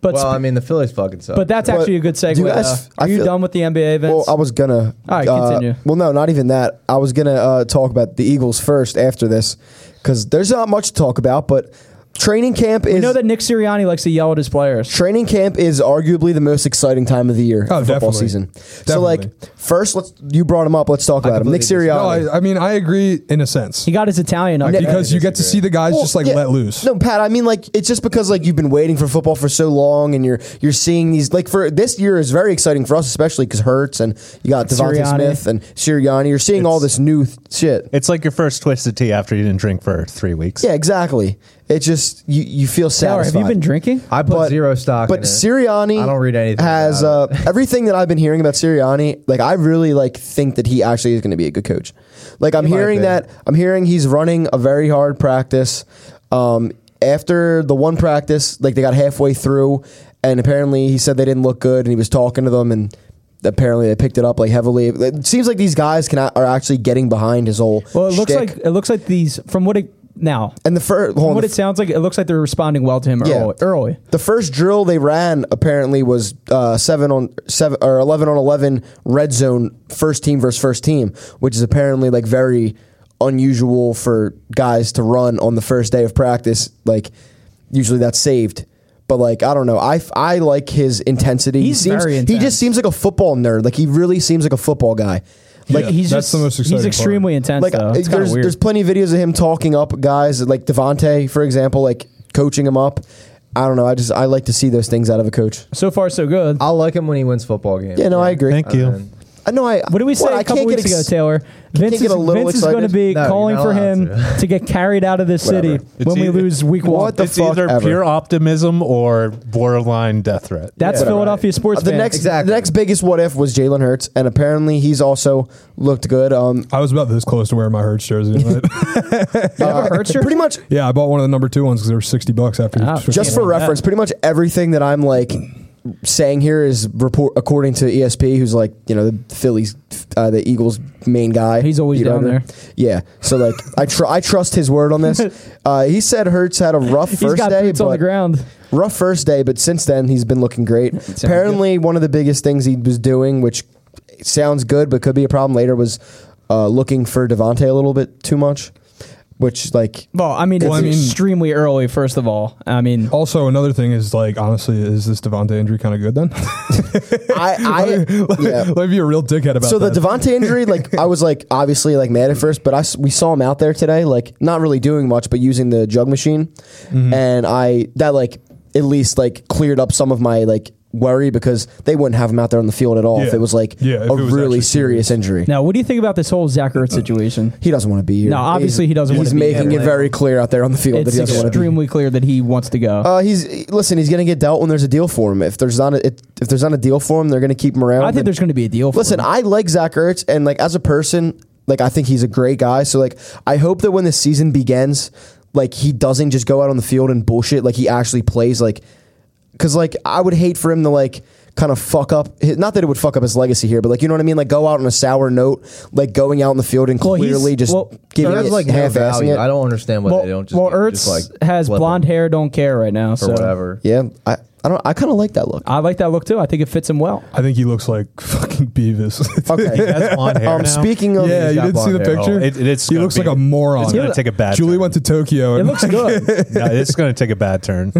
D: but
F: Well,
D: sp-
F: I mean, the Phillies fucking suck.
D: but that's
G: But
D: actually a good segue.
G: do you guys-
D: uh,
G: I
D: are you
G: feel-
D: done with the NBA
G: Well,
D: events?
G: I was gonna.
D: All right,
G: uh,
D: continue.
G: well, no, not even that. I was gonna uh, talk about the Eagles first after this because there's not much to talk about. But training camp is
D: we know that Nick Sirianni likes to yell at his players.
G: training camp is arguably the most exciting time of the year.
B: Oh,
G: for football
B: definitely.
G: season. So,
B: Definitely.
G: like, first, let's you brought him up. Let's talk about him. Nick
F: completely
G: Sirianni.
B: no, I, I mean, I agree in a sense
D: He got his Italian up. there.
B: because you get to see the guys
G: Well,
B: just like
G: yeah.
B: let loose.
G: No, Pat, I mean like it's just because like you've been waiting for football for so long and you're you're seeing these like for this year is very exciting for us especially cuz Hurts and you got Devontae
D: Sirianni.
G: Smith and Sirianni you're seeing all
E: It's-
G: this new th- shit.
E: It's like your first twisted tea after you didn't drink for three weeks.
G: Yeah, exactly. It just you you feel
D: Taylor,
G: satisfied.
D: have you been drinking?
F: I put
G: but-
F: zero stock.
G: But
F: in it.
G: Sirianni
F: I don't read anything
G: has uh,
F: about
G: everything that I've been hearing about Sirianni. Like I really like think that he actually is going to be a good coach. Like I'm
F: He might
G: hearing
F: be.
G: that I'm hearing he's running a very hard practice. Um, after the one practice, like they got halfway through, and apparently he said they didn't look good, and he was talking to them, and apparently they picked it up like heavily. It seems like these guys can are actually getting behind his whole.
D: Well, it looks
G: shtick.
D: like it looks like these from what it now.
G: and the first
D: From what it sounds like, it looks like they're responding well to him
G: Yeah.
D: early. early.
G: The first drill they ran apparently was uh, seven on seven or eleven on eleven red zone first team versus first team, which is apparently like very unusual for guys to run on the first day of practice. Like usually that's saved, but like I don't know. I, I like his intensity.
D: He's
G: he seems,
D: very
G: He
D: intense.
G: just seems like a football nerd. Like he really seems like a football guy.
D: Like
B: Yeah,
D: he's
B: that's
D: just
B: the most exciting
D: he's
B: part.
D: extremely intense.
G: Like
D: though.
G: uh,
D: It's kind of
G: there's
D: weird.
G: there's plenty of videos of him talking up guys like Devonte, for example, like
H: coaching him up. I don't know. I just I like to see those things out of a coach.
D: So far, so good.
F: I'll like him when he wins football games.
H: Yeah, no, I agree.
E: Thank you.
F: And-
H: I know. I
D: What did we say
H: well,
D: a
H: I
D: couple
H: can't get
D: weeks ago,
H: ex-
D: Taylor? Vince,
H: get
D: is,
H: a little
D: Vince is going to
H: excited?
D: be
F: No, you're
D: calling
F: not
D: for
F: allowed
D: him to.
F: to.
D: get carried out of this city
F: Whatever.
E: It's
D: when we
E: either-
D: lose week one.
H: What the
E: it's
H: fuck
E: either
H: ever.
E: pure optimism or borderline death threat.
D: That's
F: Yeah.
D: Philadelphia sports.
H: Uh, the
D: fan.
H: next
F: Exactly.
H: the next biggest what if was Jalen Hurts, and apparently he's also looked good. Um,
B: I was about this close to wearing my Hurts jersey. tonight.
D: Ever hurt your-
H: uh, pretty much
B: yeah, I bought one of the number two ones because they were sixty bucks after.
D: Ah,
B: switching
H: just
B: them
H: for
B: out.
H: reference, pretty much everything that I'm like saying here is report according to ESP, who's like you know the Phillies, uh, the Eagles main guy.
D: He's always
H: beat
D: down
H: writer. Yeah, so like I tr- I trust his word on this. Uh, he said Hertz had a rough 1st
D: He's got
H: day,
D: boots on the
H: but
D: ground.
H: rough first day, but since then he's been looking great. Apparently, one of the biggest things he was doing, which sounds good but could be a problem later, was uh, looking for Devontae a little bit too much, which like
D: Well, I mean,
B: Well,
D: it's
B: I mean-
D: extremely early. First of all, I mean,
H: Oh.
B: Also, another thing is like, honestly, is this Devonte injury kind of good then?
H: I I yeah.
B: Let me be a real dickhead about
H: so
B: that.
H: the Devonte injury, like I was like obviously like mad at first, but I s- we saw him out there today, like not really doing much, but using the jug machine,
B: Mm-hmm.
H: and I that like at least like cleared up some of my like worry because they wouldn't have him out there on the field at all if
B: Yeah.
H: it was like
B: Yeah, if
H: a
B: it was
H: really
B: actually
H: serious injury.
D: now what do you think about this whole Zach Ertz situation?
H: Uh, He doesn't want to be here.
D: No, obviously
H: He's-
D: he doesn't
H: He's
D: wanna be
H: making
F: here.
H: it very clear out there on the field that
D: It's
H: he doesn't want to be. here.
D: extremely clear that he wants to go.
H: Uh, he's listen. He's going to get dealt when there's a deal for him. If there's not a, it, if there's not a deal for him, they're going to keep him around.
D: I think
H: And-
D: there's going to be a deal. For
H: Listen,
D: him.
H: I like Zach Ertz, and like as a person, like I think he's a great guy. So like, I hope that when the season begins, like he doesn't just go out on the field and bullshit. Like he actually plays. Like, because like I would hate for him to like kind of fuck up. hi- Not that it would fuck up his legacy here, but like you know what I mean. Like go out on a sour note, like going out in the field and
D: Well, he's-
H: clearly just
D: well,
H: giving
F: There's
H: it
F: like no
H: half
F: value.
H: assing it.
F: I don't understand why
D: well,
F: they don't just,
D: well, Ertz
F: just like
D: has
F: flip
D: blonde
F: him
D: hair, don't care right now,
F: or
D: so
F: whatever.
H: yeah, I I don't. I kind of like that look.
D: I like that look too. I think it fits him well.
B: I think he looks like fucking Beavis.
H: Okay.
E: That's blonde hair
H: um,
E: now.
H: speaking of
B: yeah,
F: he's
B: you
F: got
B: didn't see the
F: blonde hair.
B: picture.
E: Oh, it- it's
B: he
E: gonna
B: looks
E: be-
B: like a moron.
E: it's gonna take a bad
B: Julie
E: turn.
B: went to Tokyo.
D: It
B: And
D: looks good.
E: no, it's going to take a bad turn.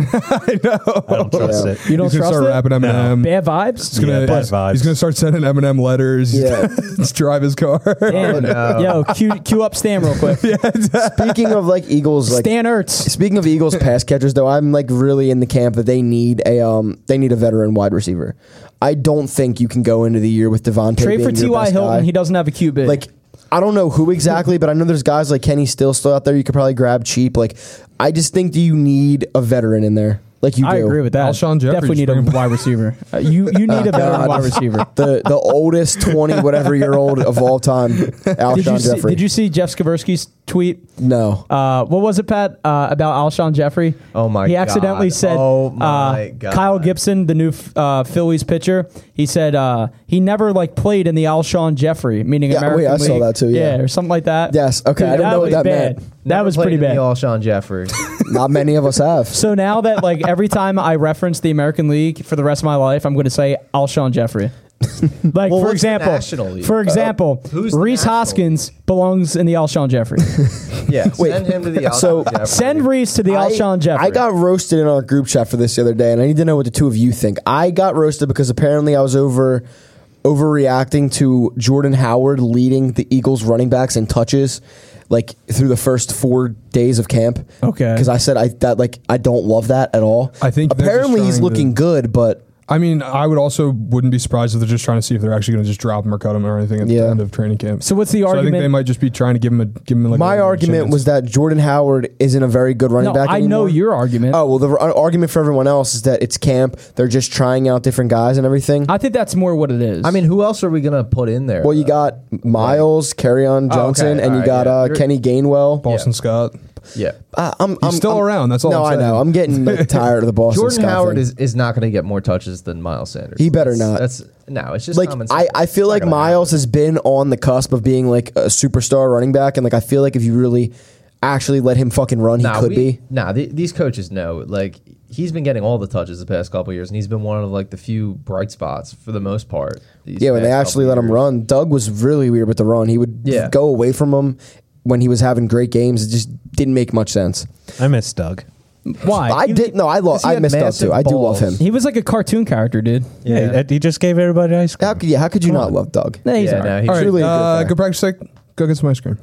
E: I don't trust it.
D: You don't
B: he's gonna
D: trust
B: start
D: it.
B: rapping Eminem.
D: Bad
B: He's
D: vibes.
B: gonna,
E: Yeah, bad vibes.
B: he's gonna start sending Eminem letters.
H: Yeah.
B: Just drive his car.
D: Damn.
F: no.
D: Yo, cue, cue up Stan real quick.
H: speaking of like Eagles, like
D: Stan Ertz.
H: Speaking of Eagles pass catchers, though, I'm like really in the camp that they need a um they need a veteran wide receiver. I don't think you can go into the year with Devontae.
D: Trade for
H: being your
D: T.Y.
H: best
D: Hilton.
H: guy.
D: He doesn't have a QB.
H: like I don't know who exactly, but I know there's guys like Kenny Still still out there. You could probably grab cheap. Like I just think you need a veteran in there. Like you
D: I
H: do.
D: agree with that.
B: Alshon Jeffrey,
D: Definitely need
B: just
D: a
B: bring him
D: wide receiver. Uh, you you need a veteran
H: God.
D: wide receiver.
H: The the oldest twenty whatever year old of all time,
D: Did you,
H: Alshon
D: see,
H: Jeffrey.
D: did you see Jeff Skaversky's tweet?
H: no.
D: Uh, what was it, Pat? Uh, about Alshon Jeffrey?
F: Oh my
D: He accidentally
F: God.
D: said,
F: Oh my
D: uh,
F: God.
D: Kyle Gibson, the new uh, Phillies pitcher. He said uh, he never like played in the Alshon Jeffrey, meaning
H: Yeah,
D: American
H: wait, I saw
D: League.
H: that too, yeah.
D: or something like that.
H: Yes, okay, I didn't know what
D: was
H: that
D: bad.
H: meant.
D: That was
F: Played
D: pretty
F: in
D: bad.
F: The Alshon Jeffrey.
H: Not many of us have.
D: so now that like every time I reference the American League for the rest of my life, I'm going to say Alshon Jeffrey. Like
F: Well,
D: for
F: what's the
D: example,
F: National League? Uh,
D: for example,
F: who's the
D: Reese
F: National
D: Hoskins belongs in the Alshon Jeffrey.
F: Yeah, send him to the Alshon
H: So-
F: Jeffrey.
D: Send Reese to the
H: I-
D: Alshon Jeffrey.
H: I got roasted in our group chat for this the other day, and I need to know what the two of you think. I got roasted because apparently I was over overreacting to Jordan Howard leading the Eagles running backs in touches, like through the first four days of camp.
D: Okay.
H: because I said I that like I don't love that at all.
B: I think they're just
H: apparently he's
B: trying
H: looking
B: to-
H: good, but
B: I mean, I would also wouldn't be surprised if they're just trying to see if they're actually gonna just drop him or cut him or anything at
H: Yeah.
B: the end of training camp.
D: So what's the
B: I think
D: argument-
B: they might just be trying to give him a give him like.
H: my
B: a
H: argument
B: chance.
H: was that Jordan Howard isn't a very good running
D: no,
H: back.
D: I know
H: anymore.
D: your argument.
H: Oh well, the r- argument for everyone else is that it's camp. They're just trying out different guys and everything.
D: I think that's more what it is.
F: I mean, who else are we gonna put in there?
H: Well, you got Miles, Carryon Johnson, and you
F: alright,
H: got
F: yeah.
H: uh,
F: You're-
H: Kenny Gainwell.
B: Boston Scott.
F: yeah.
H: I, I'm, I'm
B: still
H: I'm-
B: around, that's all
H: No,
B: I'm
H: i
B: saying.
H: know. I'm getting like, tired of the Boston
F: Jordan
H: Scott
F: Howard
H: thing.
F: is, is not going to get more touches than Miles Sanders.
H: He better
F: That's-
H: not.
F: That's no. It's just
H: like
F: common sense.
H: I, I feel
F: It's not
H: like
F: gonna
H: Miles has been on the cusp of being like a superstar running back, and like I feel like if you really actually let him fucking run, he
F: happen. Nah,
H: could
F: we-
H: be.
F: Nah, th- these coaches know. Like he's been getting all the touches the past couple years, and he's been one of like the few bright spots for the most part. these
H: Yeah, when they
F: past
H: actually
F: couple
H: let him
F: years.
H: run, Doug was really weird with the run. He would
F: Yeah.
H: go away from him when he was having great games. It just didn't make much sense.
E: I miss Doug.
D: why?
H: I
D: He-
H: did no, I love.
F: he
H: I
F: had
H: missed out
F: massive
H: too. I do
F: balls.
H: love him.
D: He was like a cartoon character, dude.
E: Yeah, he, he just gave everybody ice cream.
H: How could yeah? How could you not love Doug?
D: Nah, he's
F: Yeah,
D: alright.
F: no, he
B: All right,
H: Truly a good
B: uh,
H: guy.
B: good practice. Like, go get some ice cream.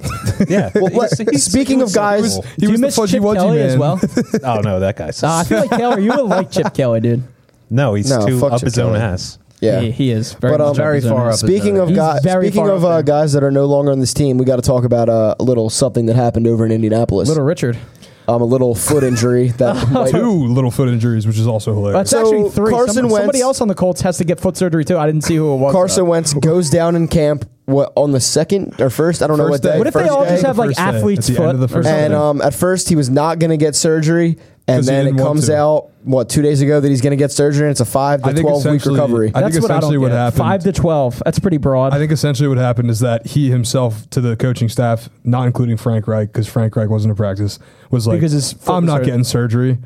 E: Yeah.
H: Well, let- speaking of guys,
E: cool.
B: he
D: Do you
B: was the
D: miss
B: fudgy
D: Chip
B: wudgy
D: Kelly
B: man.
D: as well?
E: oh no, that guy.
D: Uh, I
E: sucks.
D: feel like Taylor, you would like Chip Kelly, dude.
E: no, he's
H: No,
E: too
H: fuck
E: up
H: Chip
E: his own
H: Kelly.
E: ass.
H: yeah.
D: he, he is very,
H: But, um,
D: much
F: very
D: represented.
F: far up.
H: Speaking of
D: He's
H: guys,
D: very
H: speaking
D: far
H: of
D: up
H: uh,
D: there.
H: guys that are no longer on this team, we got to talk about uh, a little something that happened over in Indianapolis.
D: Little Richard.
H: um, a little foot injury that might-
B: Two little foot injuries, which is also
D: That's
B: hilarious.
H: So,
D: actually three.
H: Carson
D: Someone- somebody
H: Wentz-
D: else on the Colts has to get foot surgery too. I didn't see who it was.
H: Carson
D: though.
H: Wentz goes down in camp what, on the second or first. I don't know
B: First
H: what
B: day.
H: day.
D: What if they
H: first
D: all
H: day.
D: just have like
B: First day. At the
D: athlete's
B: end
D: foot?
B: of the
D: or
B: first
D: something?
H: And um, at first, he was not going to get surgery, and
B: 'Cause he
H: then it
B: didn't want
H: comes
B: to.
H: out what two days ago that he's going to get surgery, and it's a five
B: I
H: to
B: think
H: twelve week
B: essentially-
H: recovery.
B: I think
D: That's what I
B: essentially
D: don't
B: what
D: get.
B: happened-
D: Five to twelve. That's pretty broad.
B: I think essentially what happened is that he himself, to the coaching staff, not including Frank Reich, because Frank Reich wasn't in practice, was like,
D: Because his foot
B: "I'm
D: was
B: not
D: hurt.
B: getting surgery."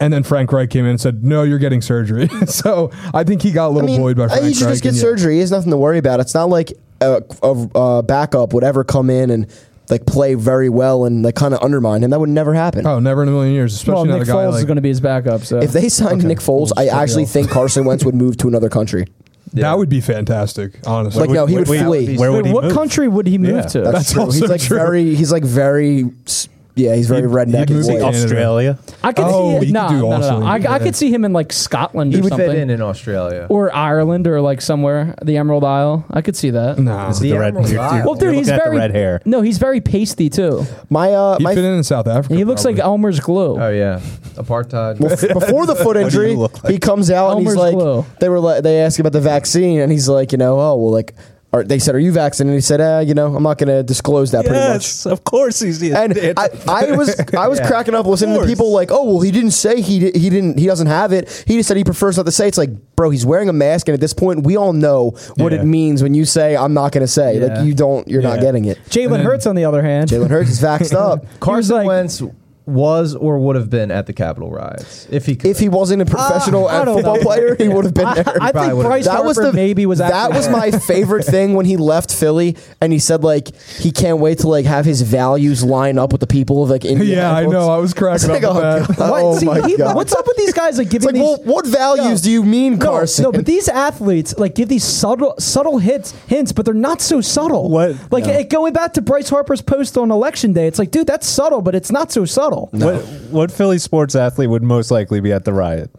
B: And then Frank Reich came in and said, "No, you're getting surgery." so I think he got a
H: I
B: little
H: mean,
B: buoyed by
H: uh,
B: Frank
H: he should
B: Reich
H: just get
B: and, yeah.
H: surgery. He has nothing to worry about. It's not like a, a, a backup would ever come in and like play very well and like kind of undermine him. That would never happen.
B: Oh, never in a million years, especially
D: well,
B: not
D: Nick
B: a guy
D: Foles
B: like
D: is going to be his backup. So
H: If they signed Nick Foles, I actually think Carson Wentz would move to another country.
B: that. Would be fantastic, honestly.
H: Like, no, he would
E: Wait,
H: flee.
E: Where would
D: Wait,
E: he
D: what
E: move?
D: country would he move
E: Yeah,
D: to?
H: That's,
B: That's
H: true.
B: also
H: he's like
B: true.
H: very. He's like very. s- Yeah, he's very redneck.
B: he'd
H: and
B: move
H: white.
B: to Canada.
E: Australia.
D: I could
B: Oh, he
D: see
B: could
D: it. No,
B: do
D: no, no,
B: also.
D: no. I, I
B: Yeah.
D: could see him in like Scotland
F: He
D: or
F: would fit in
D: something,
F: in Australia.
D: or Ireland or like somewhere the Emerald Isle. I could see that.
B: Nah.
E: Is it the red?
F: Admiral
E: you're- you're-
F: Lyle.
D: Well, dude,
E: you're
D: he's
E: looking at
D: very
E: the red hair.
D: No, he's very pasty too.
H: My uh,
B: He
H: my
B: fit in in South Africa.
D: He looks like
B: probably.
D: Elmer's glue.
F: Oh yeah, apartheid.
H: Well, f- before the foot injury,
E: you look
H: he comes out and he's
D: Elmer's
H: like,
D: glue.
H: they were like, they ask about the vaccine, and he's like, you know, oh well, like, are, they said, are you vaccinated? And he said, uh, you know, I'm not going to disclose that pretty much.
E: Yes, of course he's the.
H: And I, I was I was cracking up listening to
E: course.
H: people like, oh well, he didn't say he di- he didn't he doesn't have it. He just said he prefers not to say. It's like, bro, he's wearing a mask, and at this point, we all know what
B: Yeah.
H: it means when you say I'm not going to say.
D: Yeah.
H: Like you don't, you're not
E: Yeah.
H: getting it.
D: Jalen Hurts, on the other hand,
H: Jalen Hurts is vaxxed up.
D: was
F: Carson
D: like-
F: Wentz was or would have been at the Capitol riots if he could.
H: If he wasn't a professional
D: Uh, I don't
H: football
D: know.
H: player, he would have been
D: I-
H: there.
D: I
F: Probably
D: think
F: would've-
D: Bryce Harper maybe was
H: that
D: actually
H: was
D: there.
H: my favorite thing when he left Philly and he said like he can't wait to like have his values line up with the people of like Indiana.
B: Yeah, I know. I was cracking
H: like,
B: up.
H: oh,
B: at that.
H: God.
D: What?
H: Oh,
D: See,
H: my
D: he-
H: God.
D: What's up with these guys? Like
H: It's
D: giving
H: like,
D: these.
H: well, what values do you mean,
D: no,
H: Carson?
D: No, but these athletes like give these subtle subtle hits hints, but they're not so subtle.
E: What-
D: Like it, going back to Bryce Harper's post on election day, it's like, dude, that's subtle, but it's not so subtle.
E: What, what Philly sports athlete would most likely be at the riot?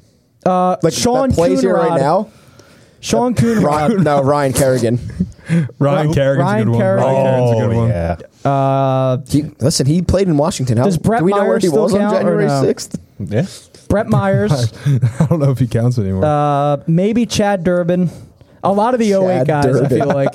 D: Uh,
H: like
D: Sean
H: that plays here right
D: Coonrod- Uh,
H: now.
D: Sean Coonrod.
H: Ryan, no, Ryan Kerrigan.
B: Ryan Kerrigan's
D: Ryan
B: a good
D: Kerrigan.
B: one. Ryan
H: Oh,
B: Kerrigan's a good
D: Oh,
B: one.
E: yeah.
D: Uh,
H: He, listen, he played in Washington. How,
D: Does Brett
H: do we know where
D: Myers
H: he
D: still
H: was on
D: count or
H: January
D: no?
H: sixth?
E: Yeah.
D: Brett Myers.
B: I don't know if he counts anymore.
D: uh, maybe Chad Durbin. A lot of the 08
H: Chad
D: guys, I
H: Durbin.
D: feel like.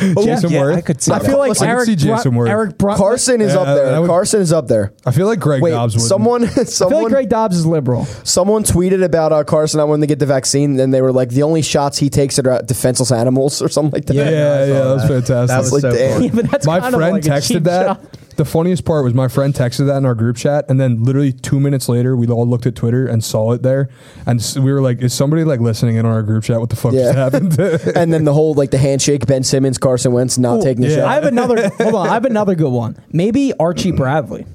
B: Jason
E: yeah,
B: Worth.
E: I could see
D: I
E: that.
D: feel like
B: Listen, I can
D: Eric,
B: see
D: Bru-
B: Jason Worth.
D: Eric Brun-
H: Carson is
B: Yeah,
H: up there.
B: that would-
H: Carson is up there.
B: I feel like Greg
H: Wait,
B: Dobbs would.
H: someone,
D: I feel like
H: someone,
D: Greg Dobbs is liberal.
H: someone tweeted about uh, Carson. I wanted to get the vaccine, and they were like, the only shots he takes are at defenseless animals or something like that.
B: Yeah, yeah,
F: saw
B: that was
F: that.
B: fantastic.
F: That was
H: Like,
F: so
H: damn.
F: funny.
D: Yeah, but that's
B: my
D: kind of
B: friend
D: like a cheap
B: texted that.
D: shot.
B: The funniest part was my friend texted that in our group chat, and then literally two minutes later, we all looked at Twitter and saw it there, and s- we were like, "Is somebody like listening in on our group chat? What the fuck
H: Yeah.
B: just happened?"
H: And then the whole like the handshake, Ben Simmons, Carson Wentz not taking the
B: yeah.
H: shot.
D: I have another. hold on, I have another good one. Maybe Archie Bradley.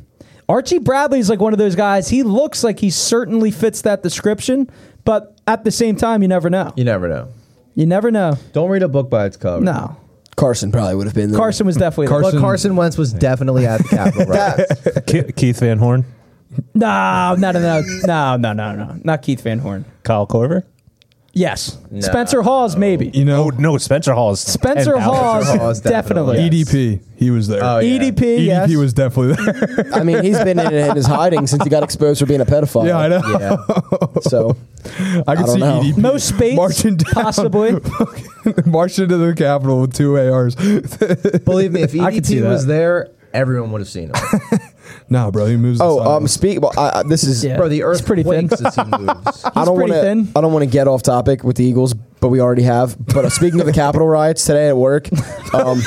D: Archie Bradley is like one of those guys. He looks like he certainly fits that description, but at the same time, you never know.
F: You never know.
D: You never know.
F: Don't read a book by its cover.
D: No,
H: Carson probably would have been there.
D: Carson was definitely
B: Carson-
D: Carson.
F: But Carson Wentz was definitely at the Capitol riots.
E: Ke- Keith Van Horn,
D: No, no, no, no, no, no, no, no. Not Keith Van Horn.
E: Kyle Corver.
D: Yes,
F: No.
D: Spencer Hawes maybe.
B: you know,
E: Oh no, Spencer Hall's
D: Spencer Hawes,
F: Spencer Hawes,
D: definitely.
F: definitely.
B: EDP, E he was there.
F: Oh, yeah.
D: EDP,
B: EDP
D: E yes.
B: E was definitely there.
H: I mean, he's been in, in his hiding since he got exposed for being a pedophile.
B: yeah, I know.
F: Yeah.
H: So
B: I
H: I
B: could
H: don't
B: see
H: know.
B: EDP
D: Most space,
B: marching down,
D: possibly.
B: marching to the Capitol with two ARs.
F: Believe me, if
D: I could see
F: EDP
D: that.
F: was there, everyone would have seen him.
B: nah, bro, he moves. in
H: oh,
B: silence.
H: um, speak. Well, I, I, this is.
D: Yeah.
F: Bro, the
D: He's
F: earth
D: pretty thin.
F: quakes as he moves.
H: I don't want
D: pretty thin.
H: to. I don't want to get off topic with the Eagles, but we already have. But uh, speaking of the Capitol riots today at work, um,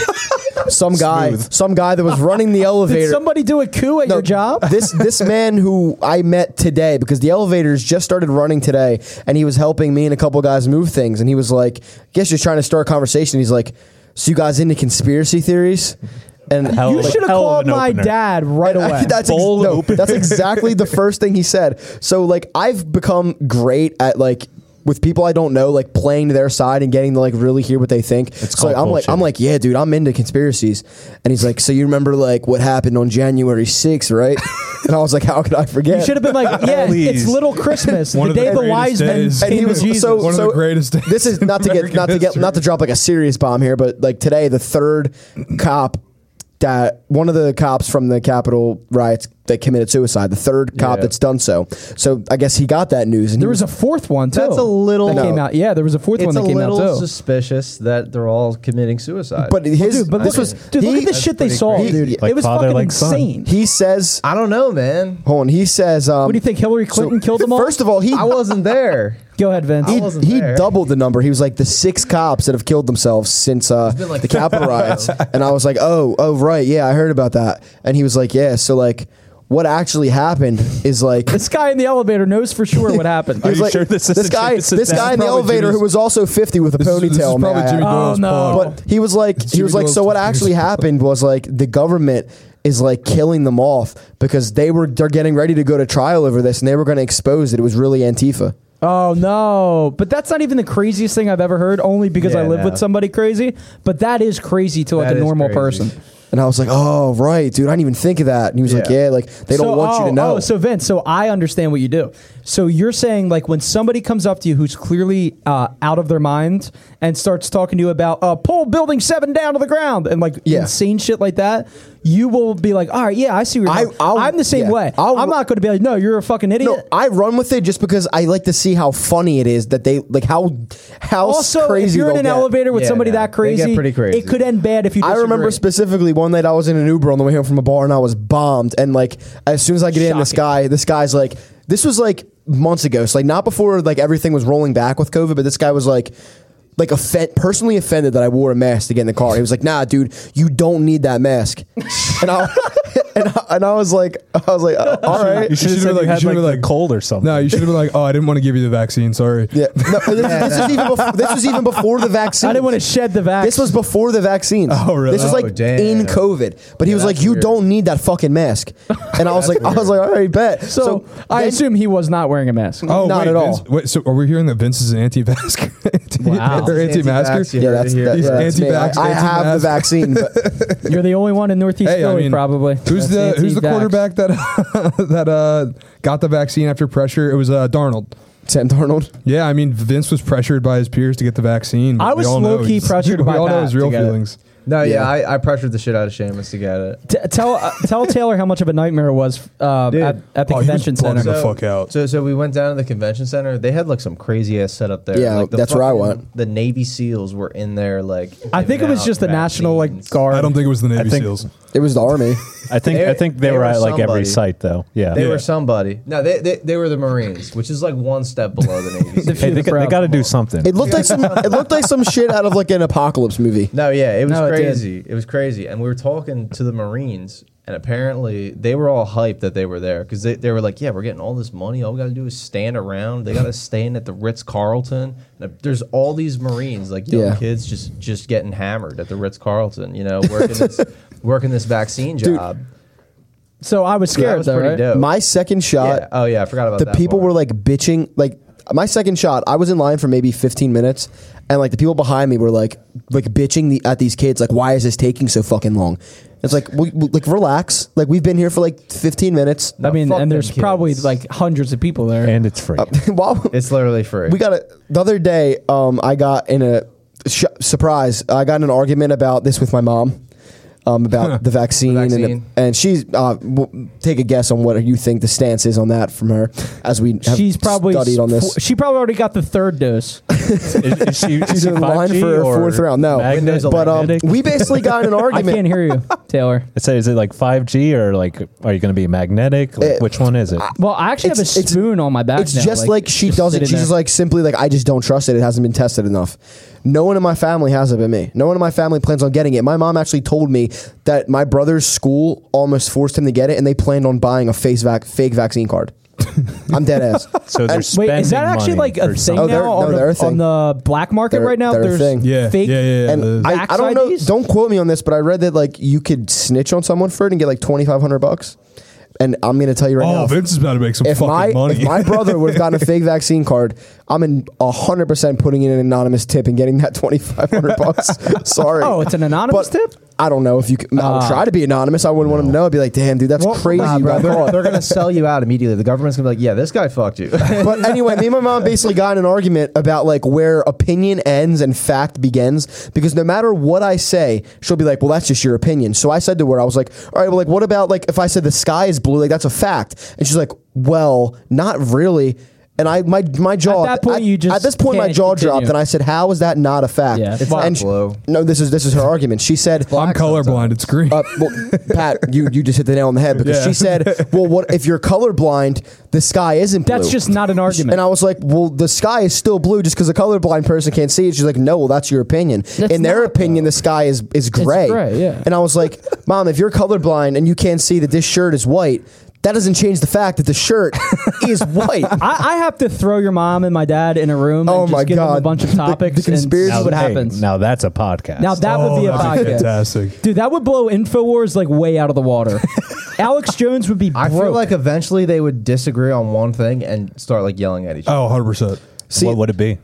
H: some guy, some guy that was running the elevator.
D: Did somebody do a coup at
H: No,
D: your job?
H: This this man who I met today because the elevators just started running today, and he was helping me and a couple guys move things, and he was like, "Guess just trying to start a conversation." He's like, "So you guys into conspiracy theories?" And
E: Hell
D: You
E: of a-
D: should have
E: hell of
D: called
E: an
D: my
E: opener.
D: dad right away.
H: that's, ex-
E: Bold
H: no,
E: open.
H: that's exactly the first thing he said. So like I've become great at like with people I don't know, like playing to their side and getting to like really hear what they think. so
E: called
H: like, I'm like, I'm
E: bullshit.
H: like, yeah, dude, I'm into conspiracies. And he's like, so you remember like what happened on January 6th, right? and I was like, how could I forget?
D: You should have been like, yeah, it's
E: Please.
D: Little Christmas,
B: One
D: the
B: of the
D: day the,
B: greatest
D: wise men
B: days.
D: came
H: and he
D: to
H: was
D: Jesus.
H: so
B: One of
H: so
B: the greatest days
H: This is
B: in
H: not to get
B: American
H: not to get
B: history.
H: not to drop like a serious bomb here, but like today, the third cop that one of the cops from the Capitol riots that committed suicide, the third cop
F: Yeah.
H: that's done so. So I guess he got that news. And he
D: there was a fourth one too.
F: That's a little-
D: that came
H: No.
D: out. Yeah, there was a fourth one
F: It's a
D: that came out
F: little
D: too.
F: suspicious that they're all committing suicide.
H: but his
D: dude, but
H: this
D: look,
H: was
D: dude, look
H: he-
D: at the shit they
F: pretty
D: saw,
F: crazy.
D: dude.
E: Like
D: it was
E: father,
D: fucking
E: like son.
D: insane.
H: He says,
F: I don't know, man.
H: hold on. He says, um,
D: what do you think? Hillary Clinton killed them all?
H: First of all, he
F: I wasn't there.
D: Go ahead, Vince.
F: I
H: he,
F: wasn't
H: he
F: there.
H: doubled the number. He was like the six cops that have killed themselves since uh,
F: been like
H: the Capitol
F: five.
H: riots. And I was like, oh, oh, right, yeah, I heard about that. And he was like, yeah, so like, what actually happened is like.
D: this guy in the elevator knows for sure what happened.
H: he was
E: you
H: like,
E: sure this
H: this
E: isn't-
H: guy,
E: this
H: this,
E: is- this
H: guy
E: is
H: in the
E: probably
H: elevator
E: Jimmy's-
H: who was also fifty with a
B: This is-
H: ponytail.
B: this is
H: may
B: probably
H: I
B: Jimmy
H: add.
D: Oh,
B: Doyle's
D: no.
B: plug.
H: But he was like, he
B: Jimmy
H: was like, so
B: Doyle's
H: what
B: plug.
H: actually happened was like the government is like killing them off because they were they're getting ready to go to trial over this and they were going to expose it. It was really Antifa.
D: Oh no! But that's not even the craziest thing I've ever heard. Only because I
F: Yeah,
D: live
F: no.
D: with somebody crazy. But that is crazy to like
F: That
D: a
F: is
D: normal
F: crazy.
D: person.
H: And I was like, oh, right, dude, I didn't even think of that. And he was like,
F: Yeah.
H: yeah, like, they don't
D: So-
H: want you
D: oh,
H: to know.
D: Oh, so Vince, so I understand what you do. So you're saying like when somebody comes up to you who's clearly uh, out of their mind and starts talking to you about uh, pull building seven down to the ground and like
H: Yeah.
D: insane shit like that, you will be like, all right, yeah, I see. What
H: I-
D: you're
H: I'll-
D: I, am the same
H: yeah.
D: way.
H: I'll-
D: i am not going to be like, no, you're a fucking idiot.
H: no, I run with it just because I like to see how funny it is that they like how how
D: also,
H: crazy
D: if you're in
H: they'll
D: an
H: get.
D: elevator with
F: Yeah,
D: somebody
F: no,
D: that
F: they
D: crazy,
F: get pretty crazy.
D: it could end bad if you.
H: I remember
D: disagree.
H: specifically one night I was in an Uber on the way home from a bar and I was bombed. And like as soon as I get in, this
D: Shocking.
H: guy, this guy's like, this was like months ago. So like not before like everything was rolling back with COVID, but this guy was like like offend, personally offended that I wore a mask to get in the car. He was like, "Nah, dude, you don't need that mask." and I and I, and I was like, I was like, "Oh, "All right."
E: You should have
B: should've
E: said
B: been
E: you
B: like-
E: had
B: you should've
E: like,
B: been
E: the
B: like-
E: cold or something.
B: No, you should have been like, oh, I didn't want to give you the vaccine. Sorry.
H: Yeah. No, but this, this is even before, this was even before the vaccine.
D: I didn't want to shed the vax.
H: This was before the vaccine.
B: Oh, really?
H: This was like
F: Oh, damn.
H: in COVID. But he was
F: that's
H: like, "You
F: weird.
H: don't need that fucking mask." And I was like, "I was like, all right, bet."
D: so. I
H: then-
D: assume he was not wearing a mask.
B: Oh,
H: Not
B: wait,
H: at all.
B: Vince- wait, so are we hearing that Vince is an anti-vax? anti-
D: Wow.
B: Or anti-masker?
F: Anti-vax,
H: Yeah, that's, that,
B: He's
H: yeah, that's me. I,
B: anti-vax,
H: I have
B: anti-mask.
H: the vaccine. But
D: You're the only one in Northeast
B: Hey, I
D: Philly,
B: mean,
D: probably.
B: Who's the
D: That's
B: Who's the
D: anti-vax.
B: quarterback that that uh, got the vaccine after pressure? It was uh, Darnold.
H: Sam Darnold.
B: Yeah, I mean Vince was pressured by his peers to get the vaccine. but
D: I
B: we
D: was
B: all know
D: low-key
B: he's-
D: pressured
B: we
D: by
B: all know
D: Pat
B: his real
F: to get it.
B: feelings.
F: No, yeah,
H: Yeah.
F: I, I pressured the shit out of Seamus to get it.
D: T- tell uh, tell Taylor how much of a nightmare it was uh,
F: Dude.
D: at, at the
B: Oh, he was
D: convention
B: blown
D: center.
B: the fuck out.
F: So, so we went down to the convention center. They had like some crazy ass setup there.
H: Yeah,
F: like, the
H: that's where I
F: fucking-
H: went.
F: The Navy SEAls were in there. Like,
D: I think it
F: giving
D: was
F: out
D: just the National like
F: vaccines.
D: Guard.
B: I don't think it was the Navy
E: think-
B: SEALs.
H: It was the army.
E: I think
F: They-
E: I think they,
F: they
E: were
F: were
E: at like
F: somebody.
E: every site though. Yeah.
F: They
E: Yeah.
F: were somebody. No, they, they they were the Marines, which is like one step below the Navy. SEALs.
E: Hey, they,
D: Proud
E: got to
D: Bowl.
E: do something.
H: It looked like some. It looked like some shit out of like an apocalypse movie.
F: No, yeah, it was
D: No, it did.
F: crazy. It, was crazy. And we were talking to the Marines, and apparently they were all hyped that they were there because they, they were like, yeah, we're getting all this money. All we got to do is stand around. They got to stand at the Ritz Carlton. There's all these Marines, like young
H: Yeah.
F: kids, just just getting hammered at the Ritz Carlton. You know, working this, working this vaccine job.
D: so. I was
F: that
D: scared
F: was
D: though.
F: pretty
D: right? uh,
F: dope.
H: My second shot.
F: Oh. yeah. Oh yeah, I forgot about
H: the
F: that.
H: people
F: part.
H: were like bitching like my second shot i was in line for maybe 15 minutes and like the people behind me were like like bitching the, at these kids like why is this taking so fucking long it's like we, we- like relax like we've been here for like 15 minutes
D: I mean,
F: fuck them
D: and there's probably
F: kids.
D: like hundreds of people there.
E: and it's free.
H: while
F: It's literally free.
H: we got a, the other day um i got in a sh- surprise i got in an argument about this with my mom um, about the vaccine,
F: vaccine.
H: and and she's uh, w- take a guess on what you think the stance is on that from her as we have
D: She's probably
H: studied on this.
D: fo- she probably already got the third dose.
E: Is- is she- is
H: She's
E: she
H: in line
E: 5G
H: for a
E: or
H: fourth round. No.
E: magnet?
H: but um, we basically got in an
D: I
H: argument.
D: can't hear you, Taylor.
E: I say, is it like 5G or like, are you going to be magnetic? Like,
H: Eh,
E: which one is it?
D: Well, I actually
H: It's-
D: have a
H: it's-
D: spoon on my back.
H: It's
D: now,
H: just like, she doesn't.
D: sitting
H: She's just
D: there.
H: like simply like I just don't trust it. It hasn't been tested enough. No one in my family has it but me. No one in my family plans on getting it. My mom actually told me that my brother's school almost forced him to get it, and they planned on buying a face vac- fake vaccine card. I'm dead ass.
E: So they're
H: And-
E: spending
D: Wait, is that actually
E: money
D: like a
E: for
D: thing now
E: something.
H: Oh, they're-
D: on,
H: no,
D: the,
H: they're a thing.
D: on the black market
H: They're-
D: right now?
H: they're a
D: There's
H: thing.
B: Yeah,
D: fake.
B: yeah, yeah, yeah.
H: And
B: the-
H: I, I don't
D: Vax
H: know.
D: IDs?
H: Don't quote me on this, but I read that like you could snitch on someone for it and get like 2,500 bucks.
G: and I'm going to tell you right
B: Oh,
G: now.
B: Vince is about to make some
G: if
B: fucking
G: my
B: money.
G: if my brother would have gotten a fake vaccine card, I'm in hundred percent putting in an anonymous tip and getting that twenty five hundred bucks. Sorry.
D: Oh, it's an anonymous
G: But
D: tip?
G: I don't know if you. Can, I would
D: Ah.
G: try to be anonymous. I wouldn't want him to know. I'd be like, damn, dude, that's crazy.
F: Nah,
G: you
F: bro,
G: got
F: they're,
G: caught."
F: they're gonna sell you out immediately. The government's gonna be like, "Yeah, this guy fucked you."
G: but anyway, me and my mom basically got in an argument about like where opinion ends and fact begins. Because no matter what I say, she'll be like, "Well, that's just your opinion." So I said to her, "I was like, all right, well, like, what about like if I said the sky is blue? Like, that's a fact." And she's like, "Well, not really." And I my my jaw
D: At that point, you just
G: at this point my
D: can't
G: jaw
D: continue.
G: dropped, and I said, "How is that not a fact?"
D: Yeah, it's
G: And
F: not
G: she-
F: blue.
G: no, this is this is her argument. She said,
B: I'm colorblind. It's green.
G: uh, well, Pat, you, you just hit the nail on the head because
B: Yeah.
G: she said, "Well, what if you're colorblind? The sky isn't blue."
D: That's just not an argument.
G: And I was like, well, the sky is still blue just because a colorblind person can't see it. She's like, no, well, that's your opinion. In their
D: not,
G: opinion, the sky is, is gray.
D: gray, yeah.
G: And I was like, mom, if you're colorblind and you can't see that this shirt is white, that doesn't change the fact that the shirt is white.
D: I, I have to throw your mom and my dad in a room
G: Oh
D: and
G: my
D: just give them
G: God.
D: a bunch of
G: The- the
D: topics
G: conspiracy-
D: and see what
E: hey,
D: happens.
E: now that's a podcast.
D: Now that would Oh, be a
B: Oh, that'd be
D: podcast.
B: fantastic.
D: Dude, that would blow InfoWars like way out of the water. Alex Jones would be broke.
F: I feel like eventually they would disagree on one thing and start like yelling at each other.
B: Oh, 100%.
E: what would it be?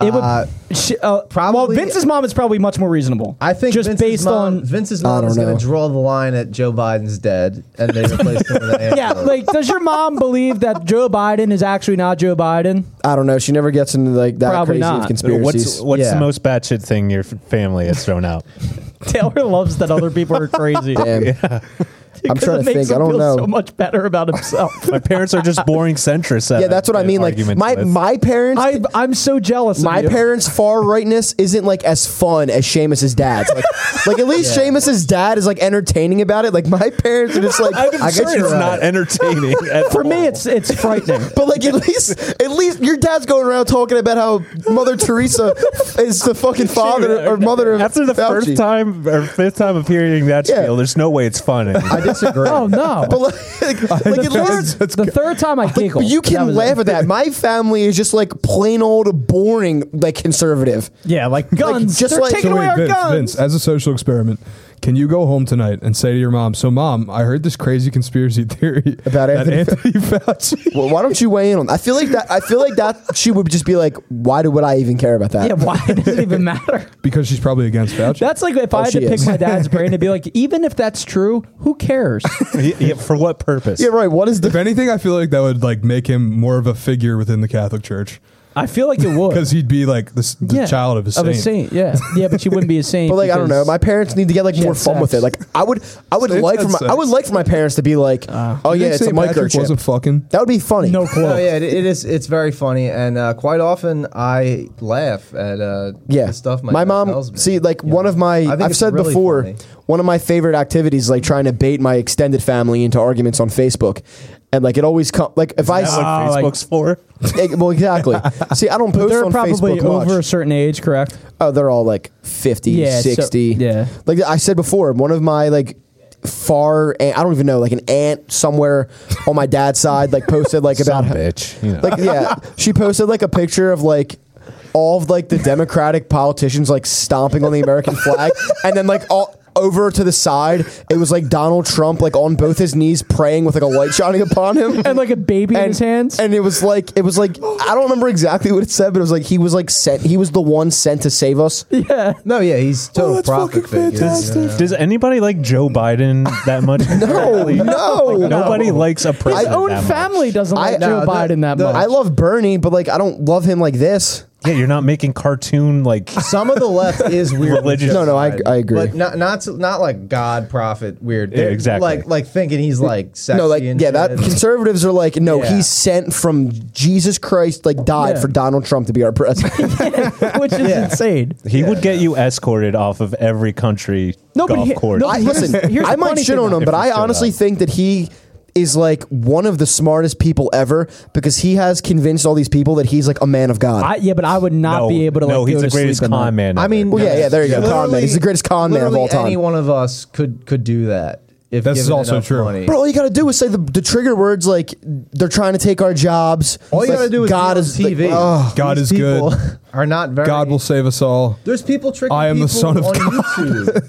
D: it would
F: Uh,
D: sh- uh, Well,
F: probably-
D: Vince's mom is probably much more reasonable.
F: I think
D: just
F: Vince's
D: based
F: mom,
D: on
F: Vince's mom
G: don't
F: is going
G: know.
F: to draw the line at Joe Biden's dead, and they replaced him with an
D: yeah,
F: antelope.
D: like does your mom believe that Joe Biden is actually not Joe Biden?
G: I don't know. She never gets into like that
D: Probably
G: crazy
D: not.
G: of conspiracies.
E: What's what's
F: Yeah.
E: the most batshit thing your f- family has thrown out?
D: Taylor loves that other people are crazy.
G: Damn. I'm
D: Because it
G: trying to
D: makes
G: think.
D: him
G: I don't
D: feel
G: know.
D: So much better about himself.
E: My parents are just boring centrists. that
G: yeah, that's what I mean. Like
E: arguments
G: my
E: with.
G: my parents
D: I, I'm so jealous. of
G: my
D: you.
G: parents' far rightness isn't like as fun as Seamus's dad's. Like, like at least Seamus's dad is like entertaining about it. Like my parents are just like,
D: I can
G: I
E: sure
G: guess you're
E: it's
G: right.
E: not entertaining. at
D: For
E: all.
D: me, it's it's frightening.
G: But like at least at least your dad's going around talking about how Mother Teresa is the fucking father or mother of
E: after the
G: Fauci.
E: first time or fifth time of hearing that
G: Yeah.
E: spiel, there's no way it's fun. anymore.
F: I disagree.
D: oh no!
G: But like, like
D: the
G: at least
D: third, the third time I
G: like,
D: giggled.
G: but you
D: That
G: can
D: was
G: laugh
D: it.
G: at that. My family is just like plain old boring like conservative.
D: Yeah, like guns.
G: just
D: They're
G: like-
D: taking
G: So
D: away
B: wait,
D: our
B: Vince,
D: guns.
B: Vince, as a social experiment, can you go home tonight and say to your mom, "So, mom, I heard this crazy conspiracy theory
G: About
B: that
G: Anthony-
B: Anthony Fauci."
G: Well, why don't you weigh in on? I feel like that. I feel like that. She would just be like, "Why do would I even care about that?"
D: Yeah, why does it even matter?
B: because she's probably against Fauci.
D: That's like if I had
G: Oh, she
D: to pick
G: is.
D: my dad's brain and be like, even if that's true, who cares?
E: Yeah, yeah, for what purpose?
G: yeah, right. What is the
B: if anything, I feel like that would like make him more of a figure within the Catholic Church
D: I feel like it would.
B: because he'd be like the, s- the
D: Yeah,
B: child of a saint.
D: Of a saint, yeah, yeah, but she wouldn't be a saint.
G: But like I don't know,
D: because-
G: my parents need to get like
D: She
G: more
D: had
G: fun with it.
D: sex.
G: Like I would, I would
B: Saints
G: like for
B: had
G: my, I
B: sex.
G: would like for my parents to be like, oh
B: You
G: yeah,
B: think
G: it's a
B: Saint Patrick
G: microchip.
B: wasn't fucking.
G: that would be funny.
D: no clue.
F: Uh, No, yeah, it, it is. It's very funny, and uh, quite often I laugh at uh,
G: yeah,
F: the stuff. My,
G: my
F: dad
G: mom.
F: tells me.
G: See, like one of my,
F: think
G: I've
F: it's
G: said
F: really
G: before,
F: funny.
G: one of my favorite activities is like trying to bait my extended family into arguments on Facebook, and like it always comes. Like if I,
E: That's what
G: s-
D: Ah, like-
E: Facebook's for.
G: eh, well exactly. see, I don't post
D: They're
G: on
D: probably
G: Facebook much.
D: over a certain age, correct?
G: Oh, they're all like 50,
D: Yeah, so-
G: 60.
D: yeah.
G: Like I said before, one of my like far aunt, I don't even know, like an aunt somewhere on my dad's side like posted like about
E: Some
G: how-
E: bitch. You know.
G: Like yeah, she posted like a picture of like all of like the Democratic politicians like stomping on the American flag and then like all over to the side, it was like Donald Trump like on both his knees praying with like a light shining upon him
D: And like a baby in his hands.
G: and it was like it was like I don't remember exactly what it said, but it was like he was like sent. He was the one sent to save us.
D: yeah,
F: no, yeah, he's
G: "Oh,
F: total
B: that's
F: profit
B: fucking
F: figure.
E: does, does anybody like Joe Biden that much?
G: No,
E: Apparently,
G: no.
E: Nobody likes a
D: his
E: president.
D: own
E: that much.
D: family doesn't like
G: I-
D: Joe
F: No, the-
D: Biden that
F: the-
D: much.
G: I love Bernie, but like I don't love him like this.
E: Yeah, you're not making cartoon like.
F: Some of the left is weird. with
E: Religious.
F: Joe
G: No, no, I-
F: Biden,
G: I agree.
F: But not not so- not like God, prophet, weird. They're
E: exactly.
F: Like like thinking he's like sexy.
G: no, like
F: and
G: yeah, that
F: shit.
G: conservatives are like no,
F: Yeah.
G: he's sent from Jesus Christ, like died
D: Yeah.
G: for Donald Trump to be our president.
D: which is
F: Yeah.
D: insane.
E: He would get you escorted off of every country
D: No, but
E: golf
D: he-
E: course.
D: no,
G: I
D: Here's-
G: listen,
D: here's
G: I
D: the
G: might
D: funny
G: shit
D: thing,
G: on him,
E: if
G: but
E: he
G: I
E: showed
G: honestly
E: up.
G: think that he is like one of the smartest people ever because he has convinced all these people that he's like a man of God.
D: I, yeah, but I would not
E: no,
D: be able to like
E: no, he's
D: go
E: the
D: to
E: greatest
D: sleep at night.
E: con man.
F: I
E: ever.
F: mean,
G: Well, yeah, yeah, there you go. Con man. He's the greatest con man of
F: literally
G: all time.
F: Any one of us could could do that. if
B: This is
F: given
B: also
F: enough
B: true.
F: money.
G: Bro, all you gotta do is say the, the trigger words like they're trying to take our jobs.
F: All you
G: Like,
F: gotta do is
G: God
F: be on
G: is Like,
F: TV.
G: ugh.
B: God
F: These
B: is good.
F: people Are not very.
B: God will save us all.
F: There's people tricking.
B: I am the
F: people
B: son of
F: on
B: God.
F: YouTube.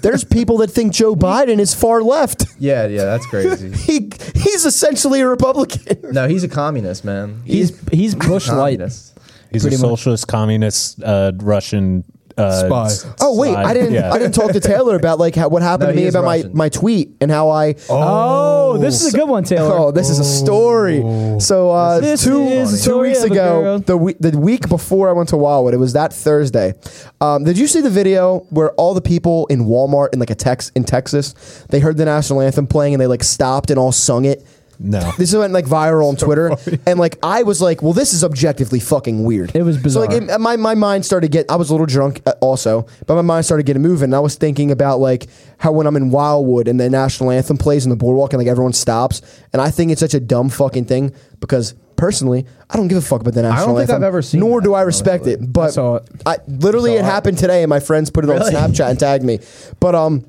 G: there's people that think Joe Biden is far left.
F: yeah, yeah, that's crazy.
G: He he's essentially a Republican.
F: No, he's a communist, man.
D: He's he's Bush light.
F: communist.
E: He's
D: Pretty
E: a
D: much.
E: socialist, communist, uh, Russian uh,
B: Spy.
E: s-
G: Oh wait,
E: spy.
G: I didn't
E: Yeah.
G: I didn't talk to Taylor about like how, what happened
F: No,
G: to
F: he
G: me
F: is
G: about my,
F: Russian.
G: my tweet and how I
D: Oh, this is a good one, Taylor.
G: Oh, this is a story. So uh,
D: This
G: two
D: is a
G: two
D: story
G: weeks
D: of a
G: ago,
D: girl.
G: the week the week before I went to Wildwood, it was that Thursday. Um, did you see the video where all the people in Walmart in like a Tex in Texas, they heard the national anthem playing and they like stopped and all sung it.
E: No.
G: This went like viral on Twitter, and like I was like, "Well, this is objectively fucking weird."
D: It was
G: So like,
D: bizarre.
G: it, uh, my my mind started get. I was a little drunk uh, also, but my mind started getting moving. And I was thinking about like how when I'm in Wildwood and the national anthem plays in the boardwalk and like everyone stops, and I think it's such a dumb fucking thing because personally, I don't give a fuck about the national anthem.
F: think I've ever seen
G: Nor
F: that,
G: do I respect
F: honestly.
G: it. But I,
D: saw it.
G: literally it happened today, and my friends put it on
F: Really?
G: Snapchat and tagged me. But um,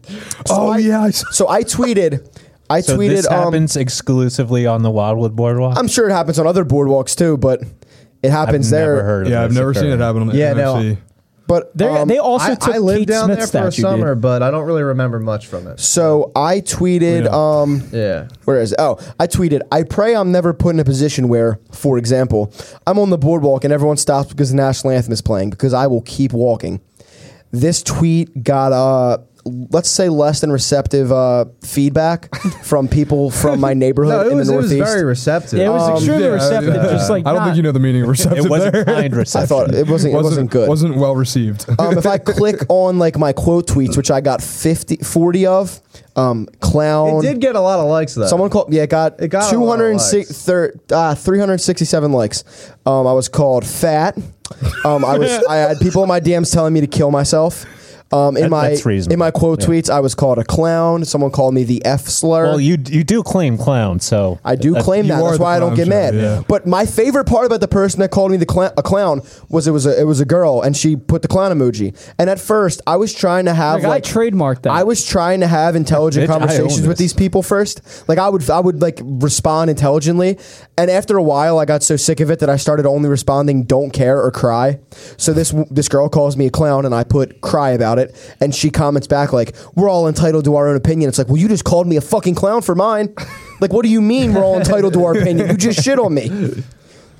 B: Oh
G: I-
B: yeah, I saw-
G: so I tweeted. I
E: So
G: tweeted.
E: this
G: um,
E: happens exclusively on the Wildwood Boardwalk.
G: I'm sure it happens on other boardwalks too, but it happens
E: I've
G: there.
E: never heard of
B: yeah. I've
E: this
B: never seen it
E: occurring.
B: happen on the
F: Yeah, no.
B: NFC.
G: But
D: They
G: um,
D: they also
F: I,
D: took
F: I lived
D: Kate
F: down
D: Smith
F: there for a
D: statue,
F: summer,
D: dude.
F: but I don't really remember much from it.
G: so I tweeted. Um,
F: Yeah,
G: where is it? oh I tweeted. I pray I'm never put in a position where, for example, I'm on the boardwalk and everyone stops because the national anthem is playing because I will keep walking. This tweet got uh let's say less than receptive uh feedback from people from my
F: no,
G: neighborhood
F: it
G: in
F: was,
G: the
F: it was
G: northeast.
F: very receptive. Um,
D: Yeah, it was extremely
B: Yeah,
D: receptive.
B: yeah.
D: Just like
B: I don't
D: not-
B: think you know the meaning of receptive.
E: It wasn't
B: there.
E: kind reception.
G: I thought it wasn't it wasn't good.
B: Wasn't well received.
G: um, if I click on like my quote tweets, which I got 50, 40 of, um,
F: it
G: clown.
F: did get a lot of likes though.
G: Uh, Someone called. Yeah, it got,
F: It got a lot of
G: 206, thir, uh, 367 likes. Um, I was called fat. Um, I was. I had people in my DMs telling me to kill myself. Um, in
E: That-
G: my
E: that's reasonable.
G: in my quote
E: Yeah.
G: tweets, I was called a clown. Someone called me the F slur.
E: Well, you uh, you do claim clown, so
G: I do
E: that-
G: claim
B: you
G: that.
B: are
G: That's
B: the
G: why I don't
B: clown
G: get
B: show,
G: mad.
B: yeah.
G: But my favorite part about the person that called me the cl- a clown was it was a it was a girl and she put the clown emoji. And at first, I was trying to have
D: Like,
G: like,
D: I trademarked that.
G: I was trying to have intelligent
E: Bitch, I own
G: conversations with
E: this.
G: these people first. Like I would I would like respond intelligently. And after a while, I got so sick of it that I started only responding "don't care" or "cry." So this w- this girl calls me a clown, and I put "cry" about it, and she comments back like, "We're all entitled to our own opinion." It's like, well, you just called me a fucking clown for mine. Like, what do you mean we're all entitled to our opinion? You just shit on me.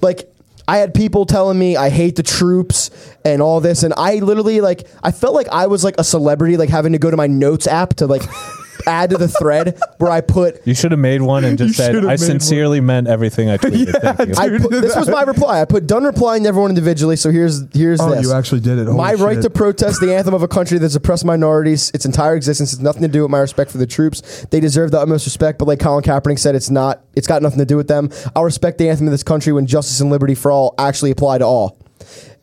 G: Like. I had people telling me I hate the troops and all this, and I literally like I felt like I was like a celebrity, like having to go to my notes app to like add to the thread where I put
E: You should have made one and just
B: You should
E: said,
B: have
E: "I
B: made one."
E: sincerely meant everything I tweeted." Thank you.
G: I put, this was my reply. I put done replying to everyone individually. So here's here's
B: Oh,
G: this.
B: you actually did it. Holy
G: my right
B: shit.
G: to protest the anthem of a country that's oppressed minorities its entire existence has nothing to do with my respect for the troops. They deserve the utmost respect, but like Colin Kaepernick said, it's not. It's got nothing to do with them. I'll respect the anthem of this country when justice and liberty for all actually apply to all.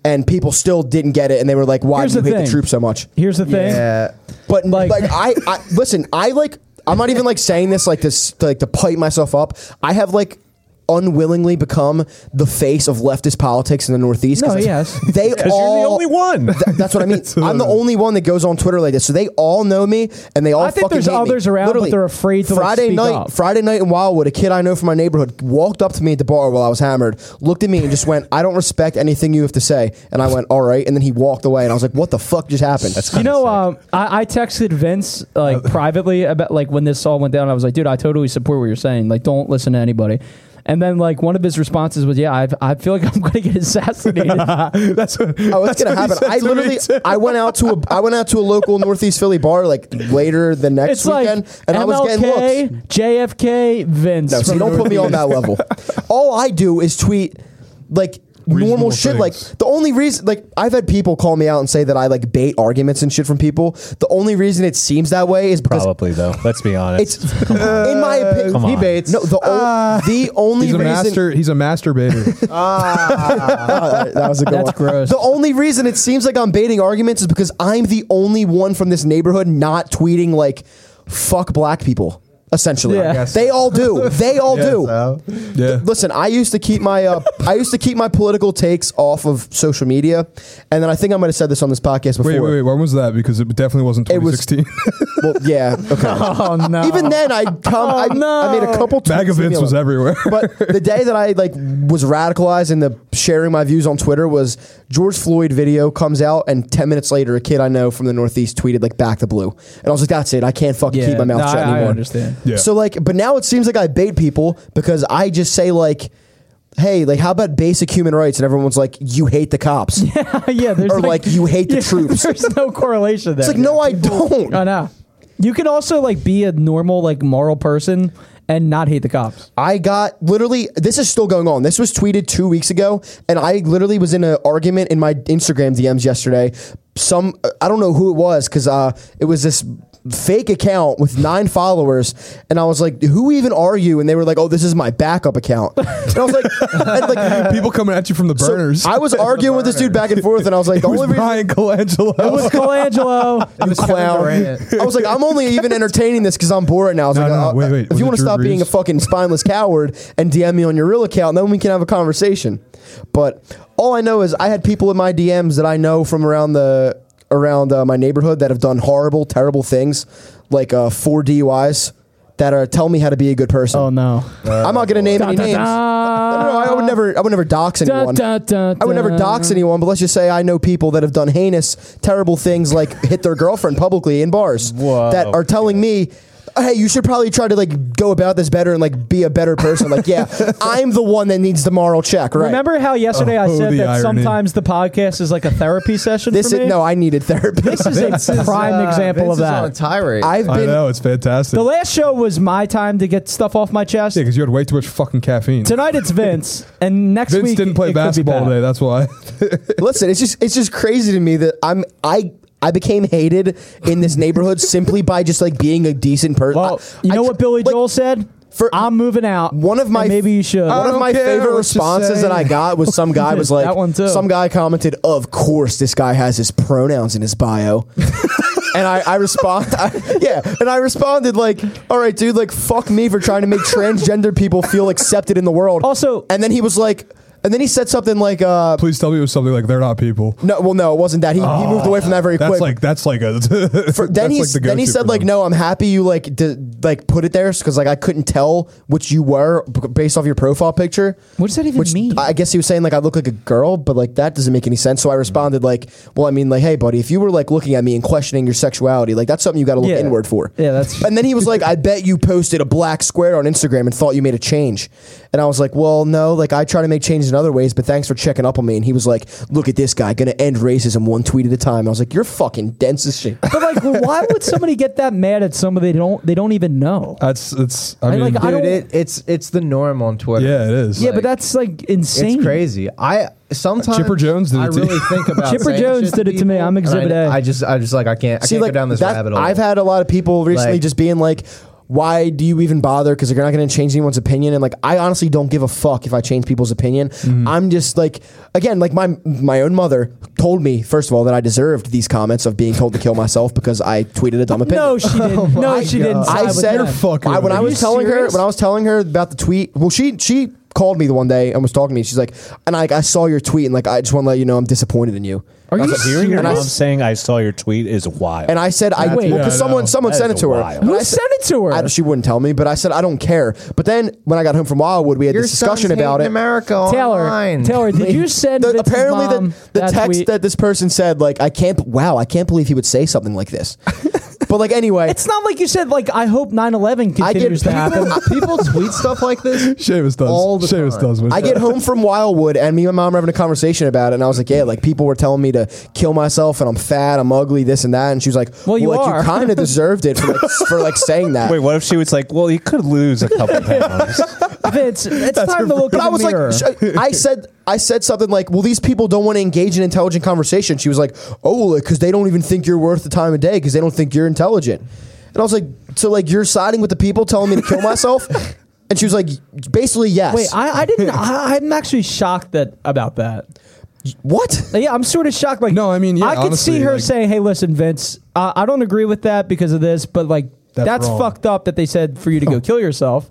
G: And people still didn't get it, and they were like, "Why
D: Here's
G: do you
D: the
G: hate
D: thing.
G: the troops so much?"
D: Here's the thing.
F: yeah,
G: But like,
D: Like-
G: I, I listen, I like I'm not even like saying this like this to, like to pipe myself up. I have like unwillingly become the face of leftist politics in the Northeast. 'cause
D: No,
G: it's-
D: yes.
G: they
E: Because
G: all.
E: you're the only one.
G: Th- that's what I mean. I'm the only one that goes on Twitter like this, so they all know me and they all.
D: I think
G: fucking
D: there's
G: hate me.
D: others around, but
G: Literally,
D: they're afraid to, like,
G: Friday
D: speak
G: night,
D: up.
G: Friday night in Wildwood, a kid I know from my neighborhood walked up to me at the bar while I was hammered, looked at me and just went, "I don't respect anything you have to say," and I went, "All right," and then he walked away, and I was like, "What the fuck just happened?" That's
D: You know, um, I, I texted Vince like privately about like when this all went down. I was like, dude, I totally support what you're saying. Like, don't listen to anybody. And then like one of his responses was, yeah, I've, I feel like I'm going to get assassinated.
B: That's what,
G: Oh,
B: that's what
G: it's gonna
B: he
G: happen.
B: said
G: I
B: to me,
G: literally,
B: too.
G: I went out to a, I went out to a local Northeast Philly bar like later the next
D: it's like
G: weekend, and
D: MLK,
G: I was getting looks.
D: JFK, Vince.
G: No, see,
D: from
G: don't put me on
D: Northeast.
G: that level. All I do is tweet like normal
B: Reasonable
G: shit.
B: things.
G: Like the only reason, like I've had people call me out and say that I like bait arguments and shit from people. The only reason it seems that way is because
E: Probably though. Let's be honest.
G: it's, in my opinion,
E: Come on.
F: he baits.
G: No, the o- the only
B: He's a
G: reason
B: master. He's a masturbator.
G: that was a good
D: That's
G: one.
D: gross.
G: The only reason it seems like I'm baiting arguments is because I'm the only one from this neighborhood not tweeting like "fuck black people." essentially.
D: Yeah. I
F: guess
G: They all do. They all
F: Yeah,
G: do.
F: so.
B: Yeah.
G: Listen, I used to keep my uh, I used to keep my political takes off of social media, and then I think I might have said this on this podcast before.
B: Wait, wait, wait. When was that? Because it definitely wasn't
G: It was-
B: 2016.
G: Well, yeah, okay.
D: Oh no!
G: Even then, I come. I, I made a couple.
B: Bag of
G: tweets, leave me
B: Vince Oh, was
G: alone.
B: everywhere.
G: but the day that I like was radicalized and the sharing my views on Twitter was George Floyd video comes out and ten minutes later a kid I know from the Northeast tweeted like back the blue and I was like that's it I can't fucking
D: yeah,
G: keep my mouth
D: no,
G: shut
D: I, I
G: anymore.
D: understand.
B: yeah.
G: So like, but now it seems like I bait people because I just say like, hey, like how about basic human rights and everyone's like you hate the cops
D: yeah, there's
G: or like you hate the
D: yeah,
G: troops. It's
D: There's no correlation there.
G: like no, I don't.
D: I know. You can also like be a normal like moral person and not hate the cops.
G: I got literally this is still going on. This was tweeted 2 weeks ago and I literally was in an argument in my Instagram DMs yesterday. Some I don't know who it was cuz uh it was this fake account with 9 followers and I was like who even are you and they were like oh this is my backup account. And I was like and like
B: people coming at you from the
G: so
B: burners.
G: I was arguing with this dude back and forth and I was like the
B: it was
G: only reason
B: Brian Colangelo.
D: What's Colangelo?
F: It was Kevin
G: clown.
F: Durant.
G: I was like, I'm only even entertaining this because I'm bored right now. I was
B: No,
G: like,
B: no, no,
G: uh,
B: wait, wait.
G: If
B: Was
G: you
B: it
G: want to
B: Drew
G: stop being
B: Brees?
G: a fucking spineless coward and DM me on your real account, then we can have a conversation. But all I know is I had people in my DMs that I know from around the around uh, my neighborhood that have done horrible, terrible things, like uh, four DUIs, that are tell me how to be a good person.
D: oh no!
G: I'm not gonna name
D: Dun,
G: any
D: dun,
G: names.
D: dun.
G: No, no, I would never. I would never dox anyone. I would never dox anyone, but let's just say I know people that have done heinous, terrible things like hit their girlfriend publicly in bars
E: Whoa.
G: that are telling me, "Hey, you should probably try to like go about this better and like be a better person." like, yeah, I'm the one that needs the moral check, right?
D: Remember how yesterday I
B: Oh,
D: said
B: the
D: that
B: irony.
D: sometimes the podcast is like a therapy session
G: this
D: for me?
G: is no, I needed therapy.
D: this is
F: Vince
D: a
F: is,
D: prime
F: uh,
D: example
F: Vince
D: of
F: is on a
D: that.
F: tirade.
G: I've
B: I
G: been
B: know it's fantastic.
D: The
B: Yeah,
D: last show was my time to get stuff off my chest.
B: because you had way too much fucking caffeine.
D: Tonight it's Vince, and next
B: Vince
D: week
B: didn't
D: it
B: play
D: could be
B: basketball
D: Pat.
B: today. That's why.
G: Listen, it's just it's just crazy to me that I'm I I became hated in this neighborhood simply by just like being a decent person.
D: Well, you know what Billy Joel said?
G: for-
D: I'm moving out.
G: One of
D: and
G: my uh,
D: maybe you should.
G: One
B: don't
G: of my
B: care what
G: favorite
B: you
G: responses
B: say.
G: that I got was some guy was like,
D: That one too.
G: some guy commented, "Of course, this guy has his pronouns in his bio." and I, I respond, I, yeah, and I responded like, "All right, dude, like fuck me for trying to make transgender people feel accepted in the world."
D: Also-
G: and then he was like, and then he said something like, uh,
B: Please tell me it was something like they're not people.
G: "No, well, no, it wasn't that." He,
D: Oh,
G: he moved away from that very
B: That's
G: quick.
B: like that's like a.
G: For- then
B: that's
G: he
B: like the
G: then he
B: go-to
G: said
B: for
G: like
B: them.
G: no I'm happy you like d- like put it there because like I couldn't tell which you were b- based off your profile picture.
D: What does that even
G: Which
D: mean?
G: I guess he was saying like I look like a girl, but like that doesn't make any sense.
B: Mm-hmm.
G: So I responded like, well I mean like hey buddy if you were like looking at me and questioning your sexuality like that's something you got to look
D: Yeah.
G: inward for.
D: Yeah, that's-
G: And then he was like I bet you posted a black square on Instagram and thought you made a change. And I was like well no like I try to make changes in other ways but thanks for checking up on me. And he was like look at this guy gonna end racism one tweet at a time. I was like you're fucking dense as shit.
D: but like, why would somebody get that mad at somebody they don't they don't even know?
B: That's it's. I
D: I
B: mean,
D: like- I
F: Dude,
D: don't-
F: it, it's it's the norm on Twitter.
B: yeah, it is.
D: yeah,
F: like-
D: but that's like insane.
F: It's crazy. I sometimes
B: Chipper Jones did
F: I
B: it to
F: really think about
D: Chipper
F: saying
D: Jones
F: shit
D: did it to me.
F: people,
D: I'm
F: and
D: Exhibit
F: I,
D: A.
F: I just I just like I can't I
G: See,
F: can't
G: like
F: go down this
G: that-
F: rabbit hole.
G: I've had a lot of people recently
F: Like-
G: just being like, "Why do you even bother?" Because they're not going to change anyone's opinion. And like, I honestly don't give a fuck if I change people's opinion. I'm just like, again, like my my own mother told me first of all that I deserved these comments of being told to kill myself because I tweeted a dumb opinion.
D: No, she didn't. no, she didn't. side
G: I
D: with
G: said
D: them.
B: fucking
G: I- when I
B: Are
G: was
D: you
G: telling
D: serious?
G: her when I was telling her about the tweet. Well, she she called me the one day and was talking to me. She's like, and I, I saw your tweet and like I just want to let you know I'm disappointed in you.
D: Are you
E: Hearing your
D: serious?
E: mom saying "I saw your tweet" is wild.
G: And I said, I
D: Wait.
G: well, 'cause
B: Yeah, I
G: someone
B: know.
G: someone
E: That
G: sent it
E: is
G: to her.
E: wild.
G: And
D: Who
G: I said-
D: sent it to her?
G: I- she wouldn't tell me, but I said I don't care. But then when I got home from Wildwood, we had
F: Your
G: this discussion
F: son's
G: about
F: hating
G: it.
F: America
D: Taylor,
F: online.
D: Taylor, did you send
G: The-
D: Vince's
G: apparently,
D: mom
G: the, the
D: that
G: text
D: tweet?
G: that this person said, like, I can't. b- Wow, I can't believe he would say something like this. but like, anyway,
D: It's not like you said. Like I hope 9/11
G: I get
D: continues to happen.
F: people tweet stuff like this.
B: Seamus does.
F: All the
B: Seamus
F: time.
B: does. man.
G: I get home from Wildwood, and me and my mom were having a conversation about it, and I was like, "Yeah, like people were telling me to kill myself, and I'm fat, I'm ugly, this and that." And she was like,
D: Well, you
G: like,
D: are."
G: you kind of deserved it for like, s- for like saying that."
E: Wait, what if she was like, "Well, you could lose a couple pounds."
D: Vince, it's time to look in the
G: But I was
D: mirror.
G: like, sh- I said, I said something like, "Well, these people don't want to engage in intelligent conversation." She was like, "Oh, because they don't even think you're worth the time of day because they don't think you're intelligent." And I was like, "So like you're siding with the people telling me to kill myself?" and she was like, "Basically, yes."
D: Wait, I, I didn't. I, I'm actually shocked that about that.
G: what?
D: Uh, Yeah, I'm sort of shocked. Like,
B: No, I mean, yeah,
D: I could
B: honestly,
D: see her
B: like-
D: saying, "Hey, listen, Vince, uh, I don't agree with that because of this, but like,
B: That's
D: That's,
B: wrong. Oh.
D: fucked up that they said for you to go kill yourself.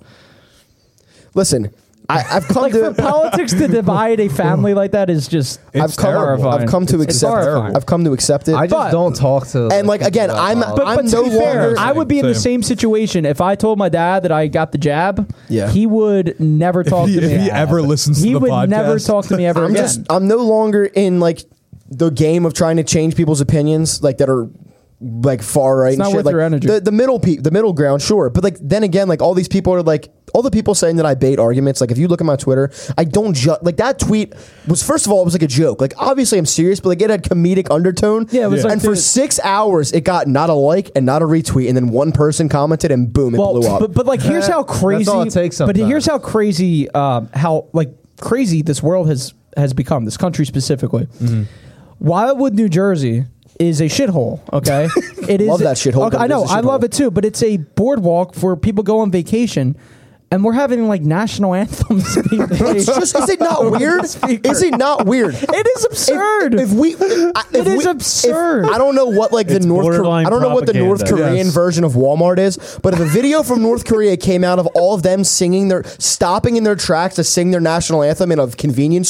G: Listen, I, I've come
D: Like for
G: to
D: politics to divide a family like that is just
G: I've
B: It's
G: come
B: terrible.
G: I've come to
D: It's
G: accept
D: horrifying.
G: I've come to accept it.
F: I just
D: But-
F: don't talk to.
G: And, like,
F: people
G: again,
F: about
G: I'm-
F: politics.
D: But,
G: I'm
D: but to
G: no
D: be fair,
G: longer-
D: I would be in the
B: Same.
D: same situation if I told my dad that I got the jab.
G: Yeah.
D: he would never talk
B: he-
D: to me.
B: if he ever listens to
D: he
B: the
D: would never
B: podcast.
D: talk to me ever
G: I'm
D: again.
G: just I'm no longer in like the game of trying to change people's opinions like that are like far right and
D: not
G: shit.
D: worth
G: like
D: your energy.
G: the the middle pe- the middle ground, sure. But like then again, like all these people are like all the people saying that I bait arguments. Like if you look at my Twitter, I don't ju- like that tweet was first of all it was like a joke. Like obviously I'm serious, but like it had comedic undertone.
D: Yeah, it was Yeah. like
G: and for
D: the-
G: six hours it got not a like and not a retweet, and then one person commented and boom it blew up.
D: But, but like, here's how crazy.
F: all it takes
D: but
F: sometimes.
D: here's how crazy, um, how like crazy this world has has become. This country specifically.
G: Mm-hmm.
D: Wildwood, New Jersey. Is a shithole. Okay, it is.
G: Love that shithole,
D: Okay,
G: but
D: I
G: it
D: know.
G: is a
D: I love
G: shithole.
D: it too. But it's a boardwalk for people go on vacation, and we're having like national anthems. being
G: it's
D: played.
G: just is it not weird? Is it not weird?
D: It is absurd.
G: If, if we, I- if
D: It is
G: we- if-
D: absurd.
G: I don't know what like the
E: It's
G: North. Kore-
E: borderline
G: I don't know what the North
E: propaganda.
G: Korean
B: Yes.
G: version of Walmart is, but if a video from North Korea came out of all of them singing their, stopping in their tracks to sing their national anthem in a convenience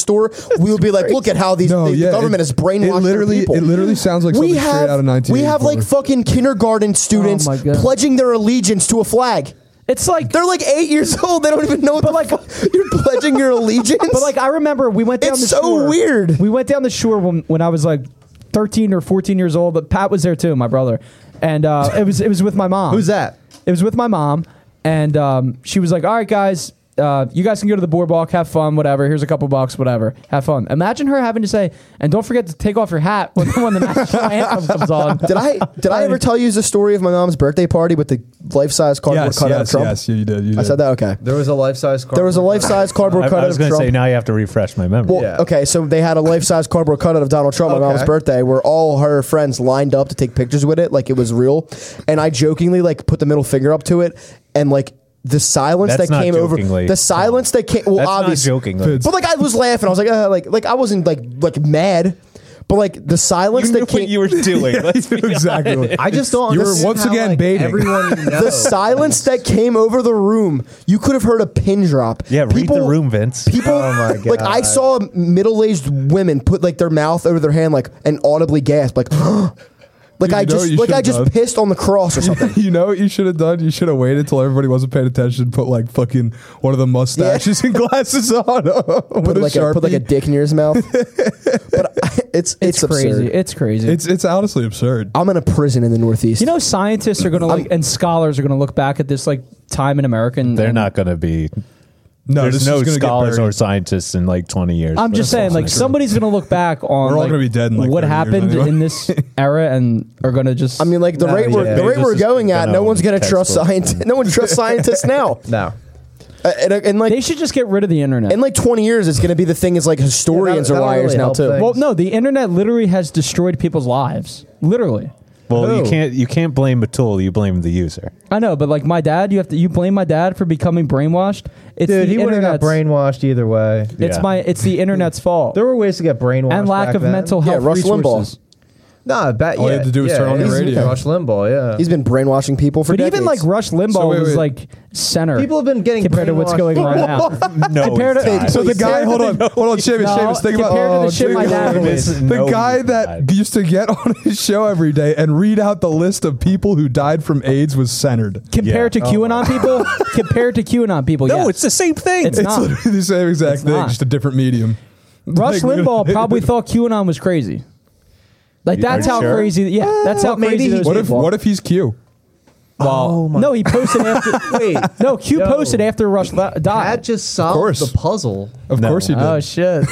G: store, we would be like, look at how these
B: No,
G: the, the
B: yeah,
G: government
B: it-
G: is brainwashing
B: it literally-
G: people.
B: it literally sounds like something straight out of Oh
G: We have like
B: 1984.
G: fucking kindergarten students
D: my God.
G: pledging their allegiance to a flag.
D: it's like
G: They're like eight years old. They don't even know what the
D: like-
G: fuck. You're pledging your allegiance.
D: But like I remember we went down
G: It's
D: the
G: so
D: shore.
G: weird.
D: We went down the shore when, when I was like 13 or 14 years old, but Pat was there too, my brother. And uh, it was it was with my mom.
F: Who's that?
D: It was with my mom and um, she was like, "All right guys, uh, you guys can go to the boardwalk, have fun, whatever. Here's a couple bucks, whatever. Have fun." Imagine her having to say, "And don't forget to take off your hat when, when the national anthem comes on."
G: Did I did I ever tell you the story of my mom's birthday party with the life size cardboard
B: Yes,
G: cutout of
B: yes,
G: Trump?
B: yes. You did. You
G: I
B: did.
G: said that okay.
F: There was a life size car.
G: There was a life size
E: I,
G: cardboard
E: I
G: cutout
E: was
G: of
E: going to
G: Trump.
E: say now you have to refresh my memory.
G: well,
F: Yeah.
G: okay, so they had a life size cardboard cutout of Donald Trump on my mom's
F: Okay.
G: birthday, where all her friends lined up to take pictures with it, like it was real. And I jokingly like put the middle finger up to it, and like the silence
E: That's
G: that
E: not
G: came over
E: jokingly.
G: the silence that came. Well,
E: That's
G: obviously,
E: not joking.
B: Fitz.
G: but like I was laughing. I was like, uh, like, like I wasn't like like mad, but like the silence
E: you knew
G: that came.
E: what you were doing. Let's be
B: exactly. what-
F: I just don't.
B: You were
F: understand
B: once
F: how,
B: again
F: like,
B: baiting.
F: Everyone
G: The silence that came over the room, you could have heard a pin drop.
E: Yeah, read the room, Vince.
G: People,
F: Oh my
G: like I
F: God.
G: saw middle-aged women put like their mouth over their hand, like and audibly gasp, like, like
B: Dude,
G: I
B: you know what
G: just,
B: you
G: like I
B: should've
G: just
B: done?
G: pissed on the cross or something.
B: You know what you should have done? You should have waited till everybody wasn't paying attention. Put like fucking one of the mustaches and glasses on.
G: put like a, put like a dick near his mouth. but I, it's it's,
D: It's crazy.
G: absurd.
D: It's crazy.
B: It's it's honestly absurd.
G: I'm in a prison in the Northeast.
D: you know, scientists are going to like, and scholars are going to look back at this like time in America. And,
E: They're
D: and-
E: not going to be.
B: No,
E: there's
B: this
E: no
B: is gonna get
E: scholars
B: buried.
E: or scientists in like 20 years.
D: I'm just saying, like
E: That's
D: somebody's gonna look back on
B: all
D: like,
B: gonna be dead in, like,
D: what
B: 30 years
D: happened
B: anyway.
D: in this era, and are gonna just.
G: I mean, like the
F: No,
G: rate we're
F: yeah.
G: the rate
E: Bezos
G: we're
E: is
G: going at,
E: gonna
G: no one's gonna trust
E: textbook.
G: scientists. No one trusts scientists now.
F: No.
G: Uh, and, and like
D: they should just get rid of the internet.
G: in like 20 years, it's gonna be the thing is like historians
F: that'll
G: are liars
F: really
G: now
F: help
G: too.
F: things.
D: well, no, the internet literally has destroyed people's lives. Literally,
E: Well,
F: Who?
E: you can't you can't blame the tool. You blame the user.
D: I know, but like my dad, you have to you blame my dad for becoming brainwashed. It's
F: Dude,
D: the
F: he would have got
D: internet's-
F: brainwashed either way.
D: It's
E: Yeah.
D: my it's the internet's fault
F: There were ways to get brainwashed.
D: and lack
F: back
D: of
F: then.
D: mental
G: Yeah,
D: health
G: Rush Limbaugh.
D: resources.
F: No, I bet.
B: All you
F: yeah,
B: had to do was
F: yeah,
B: turn on the
F: yeah.
B: radio.
F: Rush Limbaugh. Yeah.
G: He's been brainwashing people for
D: But
G: decades.
D: even like Rush Limbaugh
B: So wait,
D: was
B: wait.
D: like center.
F: People have been getting
D: compared to what's
F: brainwashed.
D: going on now.
E: No,
D: Compared
E: it's
D: to-
E: not.
B: So the guy,
D: Compared
B: hold
D: to
B: on, hold on, Seamus,
D: No,
B: Seamus, think about
D: compared to the shit
B: dude,
D: my dad
B: the
D: was.
E: No,
B: guy
E: he's
B: that
E: not.
B: used to get on his show every day and read out the list of people who died from AIDS was centered.
D: compared
F: Oh
E: Yeah.
D: to QAnon people, compared to QAnon people.
E: No,
D: yes.
E: it's the same thing.
D: It's
B: It's
D: not.
B: literally the same exact
D: It's
B: thing,
D: not.
B: just a different medium.
D: Rush Limbaugh
B: Like, literally-
D: probably thought QAnon was crazy. Like
E: You-
D: that's
E: are you
D: how
E: sure?
D: crazy. Yeah, that's how
F: Well, maybe
D: crazy.
F: he-
D: those
B: What if
D: people are.
B: what if he's Q?
D: Well, no, he posted after.
F: Wait,
D: No, Q
F: Yo.
D: posted after Rush li-
F: Pat
D: died.
F: just
B: course.
F: solved the puzzle.
B: Of
E: No.
B: course he did.
D: Oh shit!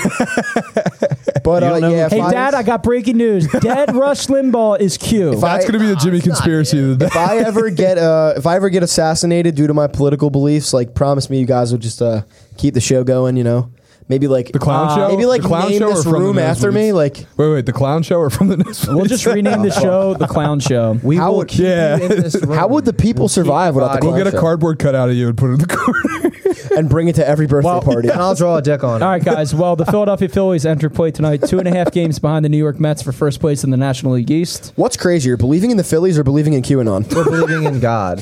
G: But uh,
E: don't know
G: yeah,
E: who
D: hey,
G: if I-
D: Dad, I got breaking news. Dead Rush Limbaugh is Q.
G: I-
B: That's going to be the Jimmy conspiracy of the day.
G: if I ever get uh, if I ever get assassinated due to my political beliefs, like promise me you guys would just uh, keep the show going. You know, Maybe like
B: The clown
G: Uh,
B: show?
G: Maybe like
B: The clown
G: name
B: show or
G: this
B: from the
G: room after me.
B: nosebleeds?
G: Like
B: Wait, wait, the clown show or from the news?
D: We'll just rename the show the Clown Show.
F: We
G: How
F: will
G: would-
F: keep you
B: Yeah.
F: in this room.
G: how would the people
F: We'll keep
G: survive
F: your
G: without the
F: body.
B: We'll get a cardboard cut out of you and put it in the corner.
G: and bring it to every birthday party.
F: And I'll draw a dick on it.
D: All right, guys. Well, the Philadelphia Phillies enter play tonight, two and a half games behind the New York Mets for first place in the National League East.
G: What's crazier, believing in the Phillies or believing in QAnon?
F: We're believing in God.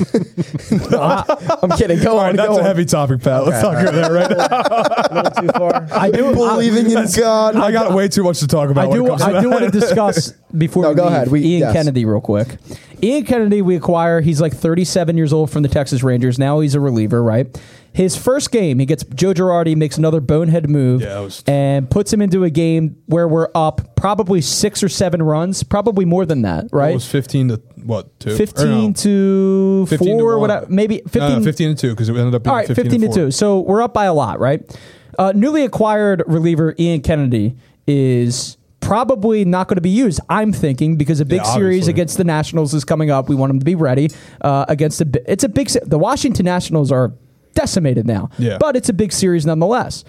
G: I'm kidding.
B: All
G: Go
B: right,
G: on.
B: that's
G: go
B: a
G: on.
B: heavy topic, Pat. Let's not go there right now.
F: too far.
D: I do.
G: believing in God.
B: I got way too much to talk about.
D: I
B: when it
D: do.
B: comes to
D: I do want to discuss before.
G: No,
D: we
G: go
D: leave,
G: ahead. We-
D: Ian
G: yes.
D: Kennedy, real quick. Ian Kennedy, we acquire. He's like 37 years old from the Texas Rangers. Now he's a reliever, right? His first game, he gets Joe Girardi makes another bonehead move
B: Yeah, that was-
D: and puts him into a game where we're up probably six or seven runs, probably more than that,
B: It
D: right?
B: was 15 to what? Two? Or
D: 15
B: no.
D: to
B: 15 to
D: 4
B: one.
D: whatever maybe 15
B: No, no, 15 to 2 because it ended up being
D: all right 15,
B: 15,
D: to,
B: four.
D: 2 so we're up by a lot right uh, newly acquired reliever ian kennedy is probably not going to be used i'm thinking because a big
B: Yeah,
D: series
B: obviously.
D: against the nationals is coming up we want him to be ready uh, against a bi- it's a big se- the washington nationals are decimated now
B: Yeah.
D: but it's a big series nonetheless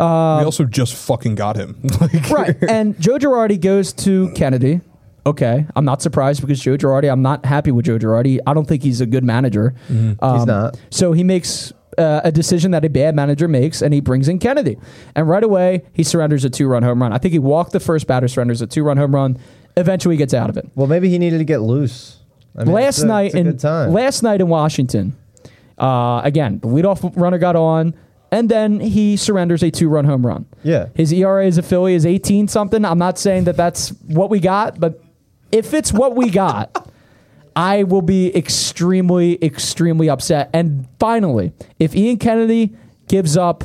B: we also just fucking got him. like,
D: Um, right. And Joe Girardi goes to Kennedy. Okay, I'm not surprised because Joe Girardi. I'm not happy with Joe Girardi. I don't think he's a good manager. Um,
F: not.
D: So he makes uh, a decision that a bad manager makes, and he brings in Kennedy. And right away, he surrenders a two-run home run. I think he walked the first batter, surrenders a two-run home run. Eventually, he gets out of it.
F: Well, maybe he needed to get loose. I mean,
D: last
F: it's a-
D: night
F: it's a
D: in
F: good time.
D: last night in Washington, uh, again the leadoff runner got on, and then he surrenders a two-run home run.
F: Yeah.
D: his ERA as a Philly is 18 something. I'm not saying that that's what we got, but if it's what we got, I will be extremely, extremely upset. And finally, if Ian Kennedy gives up.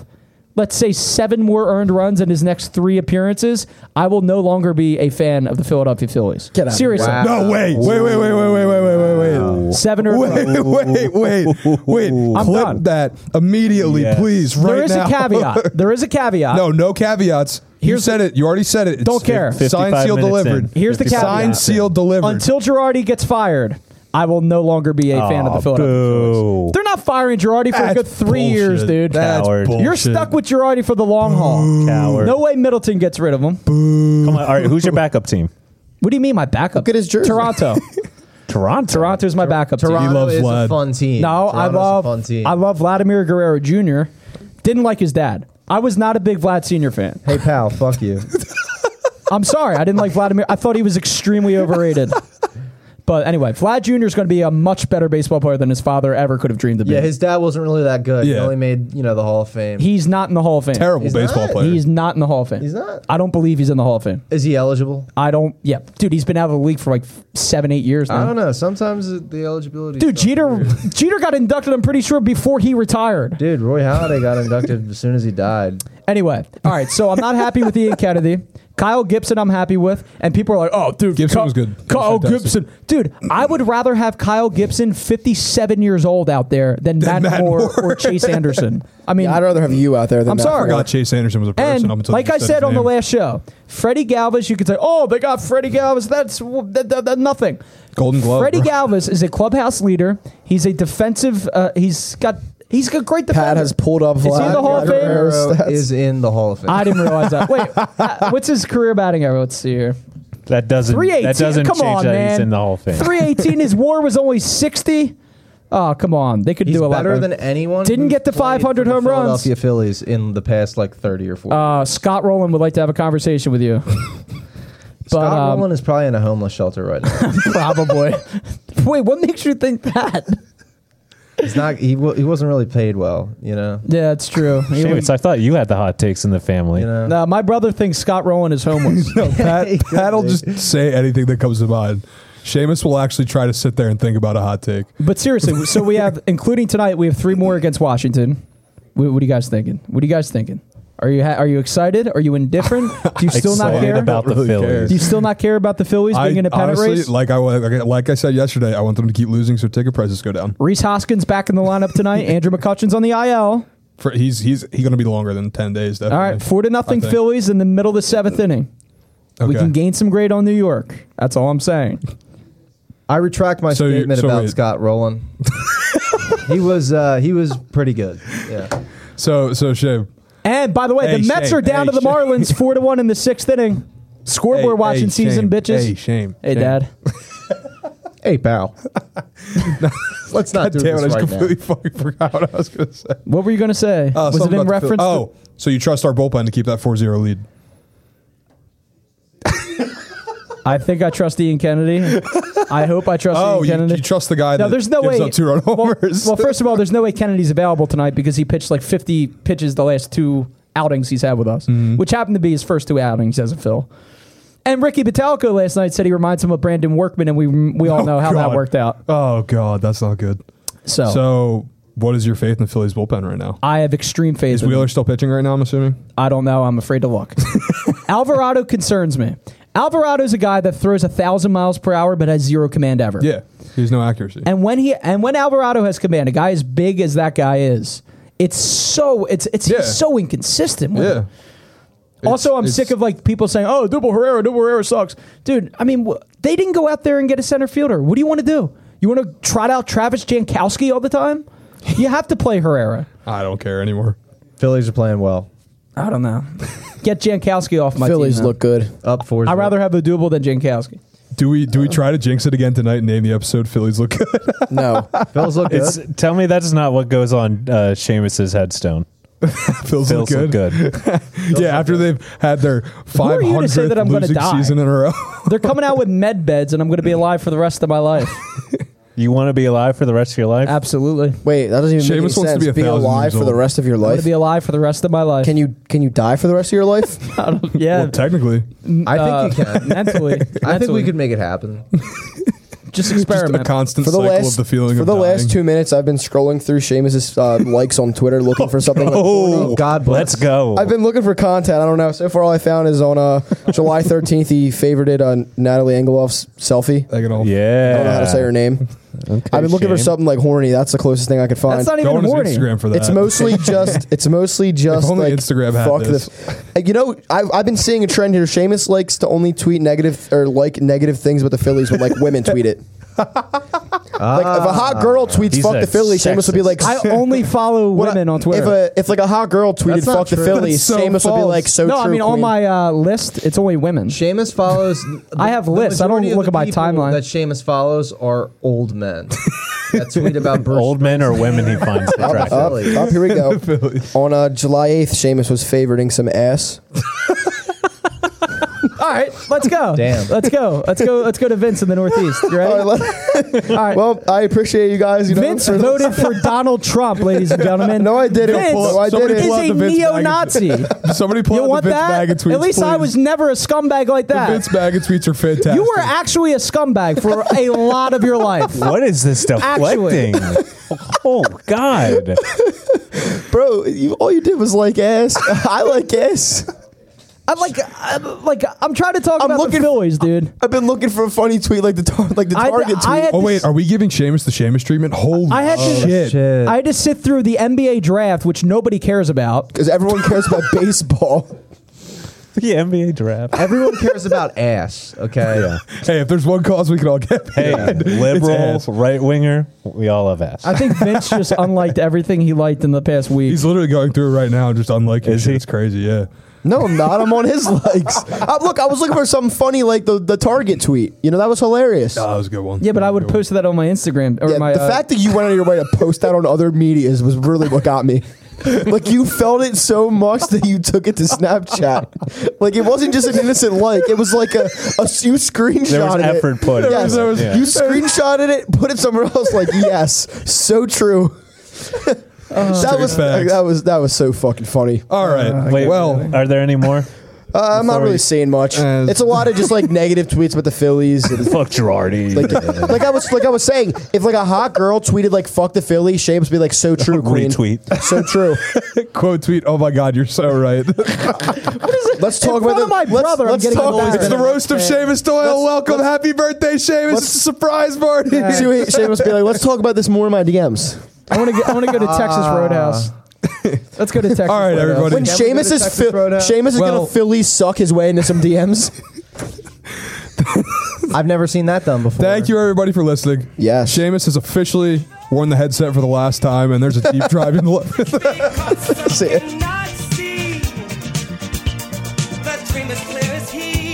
D: Let's say seven more earned runs in his next three appearances. I will no longer be a fan of the Philadelphia Phillies.
G: Get out of here.
D: Seriously,
F: Wow.
B: no, wait, wait, wait, wait, wait, wait, wait, wait, wait, wait.
D: seven earned runs.
B: Wait, wait, wait, wait.
D: I'm
B: Clip
D: done.
B: that immediately,
E: Yes.
B: please, right
D: there is
B: now.
D: a caveat. There is a caveat.
B: no, no caveats. you
D: Here's
B: said it. You already said it. It's
D: Don't care.
B: Signed,
E: 55
B: sealed,
E: minutes
B: delivered.
E: in.
D: Here's the
E: 55
D: caveat.
B: Signed,
E: minutes in.
B: sealed, delivered.
D: Until Girardi gets fired, I will no longer be a fan of the
E: Aw,
D: Philadelphia
E: boo.
D: Phillies. They're not firing Girardi for a
B: That's
D: good three
B: bullshit.
D: years, dude.
B: That's
E: Coward.
B: bullshit.
D: You're stuck with Girardi for the long haul.
E: Coward.
D: No way Middleton gets rid of him.
E: Come on. All right. Who's your backup team?
D: What do you mean my backup?
G: Look at his jersey.
D: Toronto.
E: Toronto.
D: Toronto's my backup team.
F: Toronto
B: loves
F: is
B: Vlad.
F: a fun team.
D: No, I
F: Toronto's
D: love
F: a fun team.
D: I love Vladimir Guerrero Jr. Didn't like his dad. I was not a big Vlad Senior fan.
F: hey pal, fuck you.
D: I'm sorry, I didn't like Vladimir. I thought he was extremely overrated. But anyway, Vlad Jr. is going to be a much better baseball player than his father ever could have dreamed of being.
F: Yeah, his dad wasn't really that good. He
B: Yeah.
F: only made you know the Hall of Fame.
D: He's not in the Hall of Fame.
B: Terrible
F: He's
B: baseball
F: not.
B: player.
D: He's not in the Hall of Fame.
F: He's not?
D: I don't believe he's in the Hall of Fame.
F: is he eligible?
D: I don't. Yeah, dude, he's been out of the league for like f- seven, eight years now.
F: I don't know. Sometimes the eligibility.
D: Dude,
F: stuff
D: Jeter,
F: weird.
D: Jeter got inducted. I'm pretty sure before he retired.
F: Dude, Roy Halladay got inducted as soon as he died.
D: Anyway, all right. So I'm not happy with Ian Kennedy. Kyle Gibson, I'm happy with, and people are like, "Oh, dude,
B: Gibson
D: Ky-
B: was good. He was
D: Kyle
B: fantastic.
D: Gibson, dude, I would rather have Kyle Gibson, 57 years old, out there than, Matt,
B: Matt
D: Moore,
B: Moore.
D: or Chase Anderson. I mean,
G: I'd rather have you out there than
D: I'm
G: Matt
D: sorry.
B: I
G: Moore.
B: forgot Chase Anderson was a person. up
D: And
B: until
D: like
B: you
D: I said
B: his
D: on the
B: name.
D: last show, Freddie Galvis, you could say, "Oh, they got Freddie Galvis." That's w- th- th- th- nothing.
B: Golden Glove,
D: Freddie
B: bro.
D: Galvis is a clubhouse leader. He's a defensive. Uh, he's got. He's got great defender.
G: Pat has pulled up
D: he in
G: Vlad
D: the Hall of Fame?
G: Guerrero
F: Guerrero
G: stats.
F: is in the Hall of Fame.
D: I didn't realize that. Wait, uh, what's his career batting average? Let's see here.
E: That doesn't.
D: 318.
E: That doesn't
D: come
E: change
D: on,
E: that
D: man.
E: he's in the Hall of Fame.
D: 318. His war was only 60. Oh, come on. They could
F: He's
D: do a lot
F: better
D: better.
F: than anyone.
D: Didn't
F: who's
D: get to
F: played
D: 500
F: for the
D: home runs.
F: Philadelphia Phillies in the past like thirty or forty.
D: uh, Scott Rowland would like to have a conversation with you. but,
F: Scott
D: um,
F: Rowland is probably in a homeless shelter right now.
D: probably. Wait, what makes you think that?
F: He's not. He, wa- he wasn't really paid well. You know.
D: Yeah, it's true. He
E: Shame,
D: would-
E: it's- I thought you had the hot takes in the family.
F: You know.
D: No, my brother thinks Scott Rowland is homeless.
B: No, Pat, Pat'll just say anything that comes to mind. Seamus will actually try to sit there and think about a hot take.
D: But seriously, so we have, including tonight, we have three more against Washington. What, what are you guys thinking? What are you guys thinking? Are you ha- are you excited? Are you indifferent? Do you still not
E: Excited
D: care?
E: about the
B: Don't really care.
E: Phillies.
D: Do you still not care about the Phillies being in a pennant
B: honestly,
D: race?
B: like I wa- like I- like I said yesterday, I want them to keep losing so ticket prices go down.
D: Reese Hoskins back in the lineup tonight. Andrew McCutcheon's on the IL.
B: For, he's he's he's going to be longer than ten days.
D: All
B: Definitely.
D: right, four to nothing
B: I think.
D: Phillies in the middle of the seventh inning. We
B: Okay.
D: can gain some grade on New York. That's all I'm saying.
F: I retract my
B: So you-
F: statement
B: so
F: about
B: wait.
F: Scott Rowland. he was. Uh, he was pretty good. Yeah.
B: So so Shiv,
D: And by the way,
B: Hey,
D: the Mets
B: shame.
D: are down to
B: Hey,
D: the
B: shame.
D: Marlins four to one in the sixth inning.
B: Hey,
D: Scoreboard watching
B: hey,
D: season,
B: shame.
D: bitches.
B: Hey, shame.
D: Hey,
B: shame.
D: Dad.
F: Hey, pal. Let's not do
B: Damn it, I just
F: this right
B: completely fucking forgot what I was going to say.
D: What were you gonna say?
B: Uh,
D: Was it
B: something
D: in
B: about the Phil-
D: reference? to-
B: oh, so you trust our bullpen to keep that 4-0 lead?
D: I think I trust Ian Kennedy. I hope I trust
B: Oh,
D: Ian
B: you,
D: Kennedy.
B: you trust the guy
D: No,
B: that
D: there's no
B: gives
D: way-
B: up two run homers?
D: well, first of all, there's no way Kennedy's available tonight because he pitched like 50 pitches the last two outings he's had with us,
B: Mm-hmm.
D: which happened to be his first two outings as a Phil. And Ricky Batalco last night said he reminds him of Brandon Workman, and we we all
B: Oh,
D: know how
B: God.
D: that worked out. Oh.
B: oh god, that's not good.
D: So,
B: So, what is your faith in the Phillies bullpen right now?
D: I have extreme faith.
B: Is
D: in
B: Wheeler still pitching right now? I'm assuming.
D: I don't know. I'm afraid to look. Alvarado concerns me. Alvarado's a guy that throws a thousand miles per hour but has zero command ever.
B: Yeah, there's no accuracy.
D: And when he and when Alvarado has command, a guy as big as that guy is, it's so it's it's
B: Yeah.
D: he's so inconsistent. With it.
B: yeah,
D: Also, I'm
B: it's-
D: sick of like people saying, "Oh, Double Herrera, Double Herrera sucks." Dude, I mean, wh- they didn't go out there and get a center fielder. What do you want to do? You want to trot out Travis Jankowski all the time? You have to play Herrera.
B: I don't care anymore.
F: Phillies are playing well.
D: I don't know. Get Jankowski off my
G: Phillies
D: team, though.
G: look good.
F: Up four.
D: I'd rather have a double than Jankowski.
B: Do we do we try to jinx it again tonight and name the episode Phillies look good?
G: No,
F: Phillies look
E: It's,
F: good.
E: tell me that's not what goes on uh, Seamus's headstone.
B: Phillies look
E: Phil's
B: good.
E: look good.
B: Yeah, after they've had their
D: are you to say
B: 500th
D: that I'm gonna
B: losing
D: die?
B: season in a row.
D: They're coming out with med beds, and I'm going to be alive for the rest of my life.
E: You want to be alive for the rest of your life?
D: Absolutely.
G: wait, that doesn't even
B: Seamus
G: make any
B: wants to
G: sense.
B: be a
G: Being
B: thousand years
G: alive for the
B: old.
G: rest of your
D: I'm going to
G: life.
D: be alive for the rest of my life.
G: Can you can you die for the rest of your life?
D: yeah.
B: well, technically,
F: I think you
D: uh,
F: can.
D: mentally.
F: I think
D: mentally.
F: we could make it happen.
D: just
B: just a
D: experiment.
B: constant
G: for the
B: cycle
G: last
B: of the feeling
G: for
B: of
G: the
B: dying.
G: last two minutes, I've been scrolling through Seamus's uh, likes on Twitter looking for something. like
B: Oh,
F: God bless.
E: Let's go.
G: I've been looking for content. I don't know. So far, all I found is on uh, July 13th, he favorited uh, Natalie Engeloff's selfie.
B: Like it all.
E: yeah.
G: I don't know how to say her name. I've been looking for
E: shame.
G: something like horny. That's the closest thing I could find.
D: That's not
B: Go
D: even
B: on his
D: horny.
B: Instagram for that.
G: it's mostly just. It's mostly just.
B: only
G: like,
B: Instagram had
G: fuck
B: this.
G: the- you know, I've, I've been seeing a trend here. Seamus likes to only tweet negative or like negative things about the Phillies when like women tweet it. like if a hot girl tweets
E: Ah, He's
G: "fuck
E: a
G: the Phillies," Seamus would be
E: sexist.
G: like,
D: I only follow
G: What
D: women
G: I-
D: on Twitter.
G: If, a, if like a hot girl tweeted
F: That's not
G: "fuck the
F: true.
G: Phillies,"
B: That's so
G: Seamus would be
B: false.
G: like, "So
D: no, I
G: true,
D: mean on
G: queen."
D: my uh, list, it's only women.
F: Seamus follows. the-
D: I have
F: the
D: lists. I don't
F: majority of
D: look
F: the
D: at my
F: people
D: timeline.
F: That Seamus follows are old men. that tweet about Bruce
E: Old men or women he finds
G: up,
E: attractive.
G: up, up, Oh, here we go. on uh, July eighth, Seamus was favoriting some ass.
D: All right, let's go.
F: Damn.
D: Let's go. Let's go. Let's go to Vince in the Northeast. You ready?
G: All
D: All
G: right, let-
D: right.
G: well, I appreciate you guys. You know,
D: Vince
G: for-
D: voted for Donald Trump, ladies and gentlemen.
G: No, I didn't.
D: Vince
G: No, I
B: Somebody
G: didn't.
B: pull out
D: is a
B: the Vince bag and-
D: neo-Nazi.
B: Somebody pull
D: You
B: out
D: want
B: the Vince
D: that?
B: bag and tweets.
D: At least I
B: please.
D: was never a scumbag like
B: The
D: that.
B: Vince bag and tweets are fantastic.
D: you were actually a scumbag for a lot of your life.
E: What is this
D: Actually.
E: deflecting? oh God!
G: bro. You, all you did was like ass. I like ass.
D: I'm like, I'm like, I'm trying to talk
G: I'm
D: about
G: looking-
D: the Phillies, dude.
G: I've been looking for a funny tweet like the tar- like the
D: I-
G: Target
D: I
G: tweet.
D: had-
B: Oh wait, are we giving Seamus the Seamus treatment? Holy
D: I had to-
B: Oh, shit!
F: Shit.
D: I had to sit through the NBA draft, which nobody cares about.
G: because everyone cares about baseball.
E: The NBA draft.
F: Everyone cares about ass. Okay.
B: Hey, if there's one cause we can all get,
E: Hey,
B: behind,
E: liberal,
B: it's ass.
E: right winger. We all have ass.
D: I think Vince just unliked everything he liked in the past week.
B: He's literally going through it right now, just unlike you.
E: Is he?
B: It's crazy. Yeah.
G: No, I'm not. I'm on his likes. Uh, look, I was looking for something funny like the, the Target tweet. You know, that was hilarious.
B: Oh, that was a good one.
D: yeah, but I would
B: Good one.
D: post that on my Instagram or
G: Yeah,
D: Uh, my.
G: the
D: uh,
G: fact that you went out of your way to post that on other medias was really what got me. like you felt it so much that you took it to Snapchat. Like it wasn't just an innocent like; it was like a, a you screenshot
E: there was
G: it.
E: effort put.
G: Yes,
E: into it, yeah.
G: you screenshotted it, put it somewhere else. Like yes, so true.
D: Oh,
G: that was
B: facts.
G: that was that was so fucking funny.
B: All
D: Uh,
B: right.
E: Wait,
B: well,
E: Uh, are there any more?
G: Uh, I'm not
E: Before
G: really
E: we-
G: seeing much.
B: Uh,
G: it's a lot of just like negative tweets about the Phillies. and-
E: Fuck Girardi.
G: like, like I was like I was saying, if like a hot girl tweeted like "fuck the Phillies," Shapes be like, "So true, queen."
E: Retweet.
G: So true.
B: quote tweet. Oh my God, you're so right.
G: Let's
D: front
G: talk about
D: of my
G: the, let's,
D: brother, I'm
G: Let's
D: getting
G: talk
D: annoyed.
G: about
B: Oh, it's the roast of Seamus Doyle. Welcome, happy birthday, Seamus! It's a surprise party.
G: See what Seamus be like. Let's talk about this more in my DMs.
D: I want to. I want to go to Texas Roadhouse. Let's go to Texas.
B: All right,
D: Roadhouse.
B: everybody.
G: When
B: Can
G: Seamus is fi- Seamus is
B: Well-
G: gonna Philly suck his way into some DMs.
F: I've never seen that done before.
B: Thank you, everybody, for listening.
G: Yes.
B: Seamus has officially worn the headset for the last time, and there's a deep drive in the.
G: See-
I: Nazi. dream as clear as he.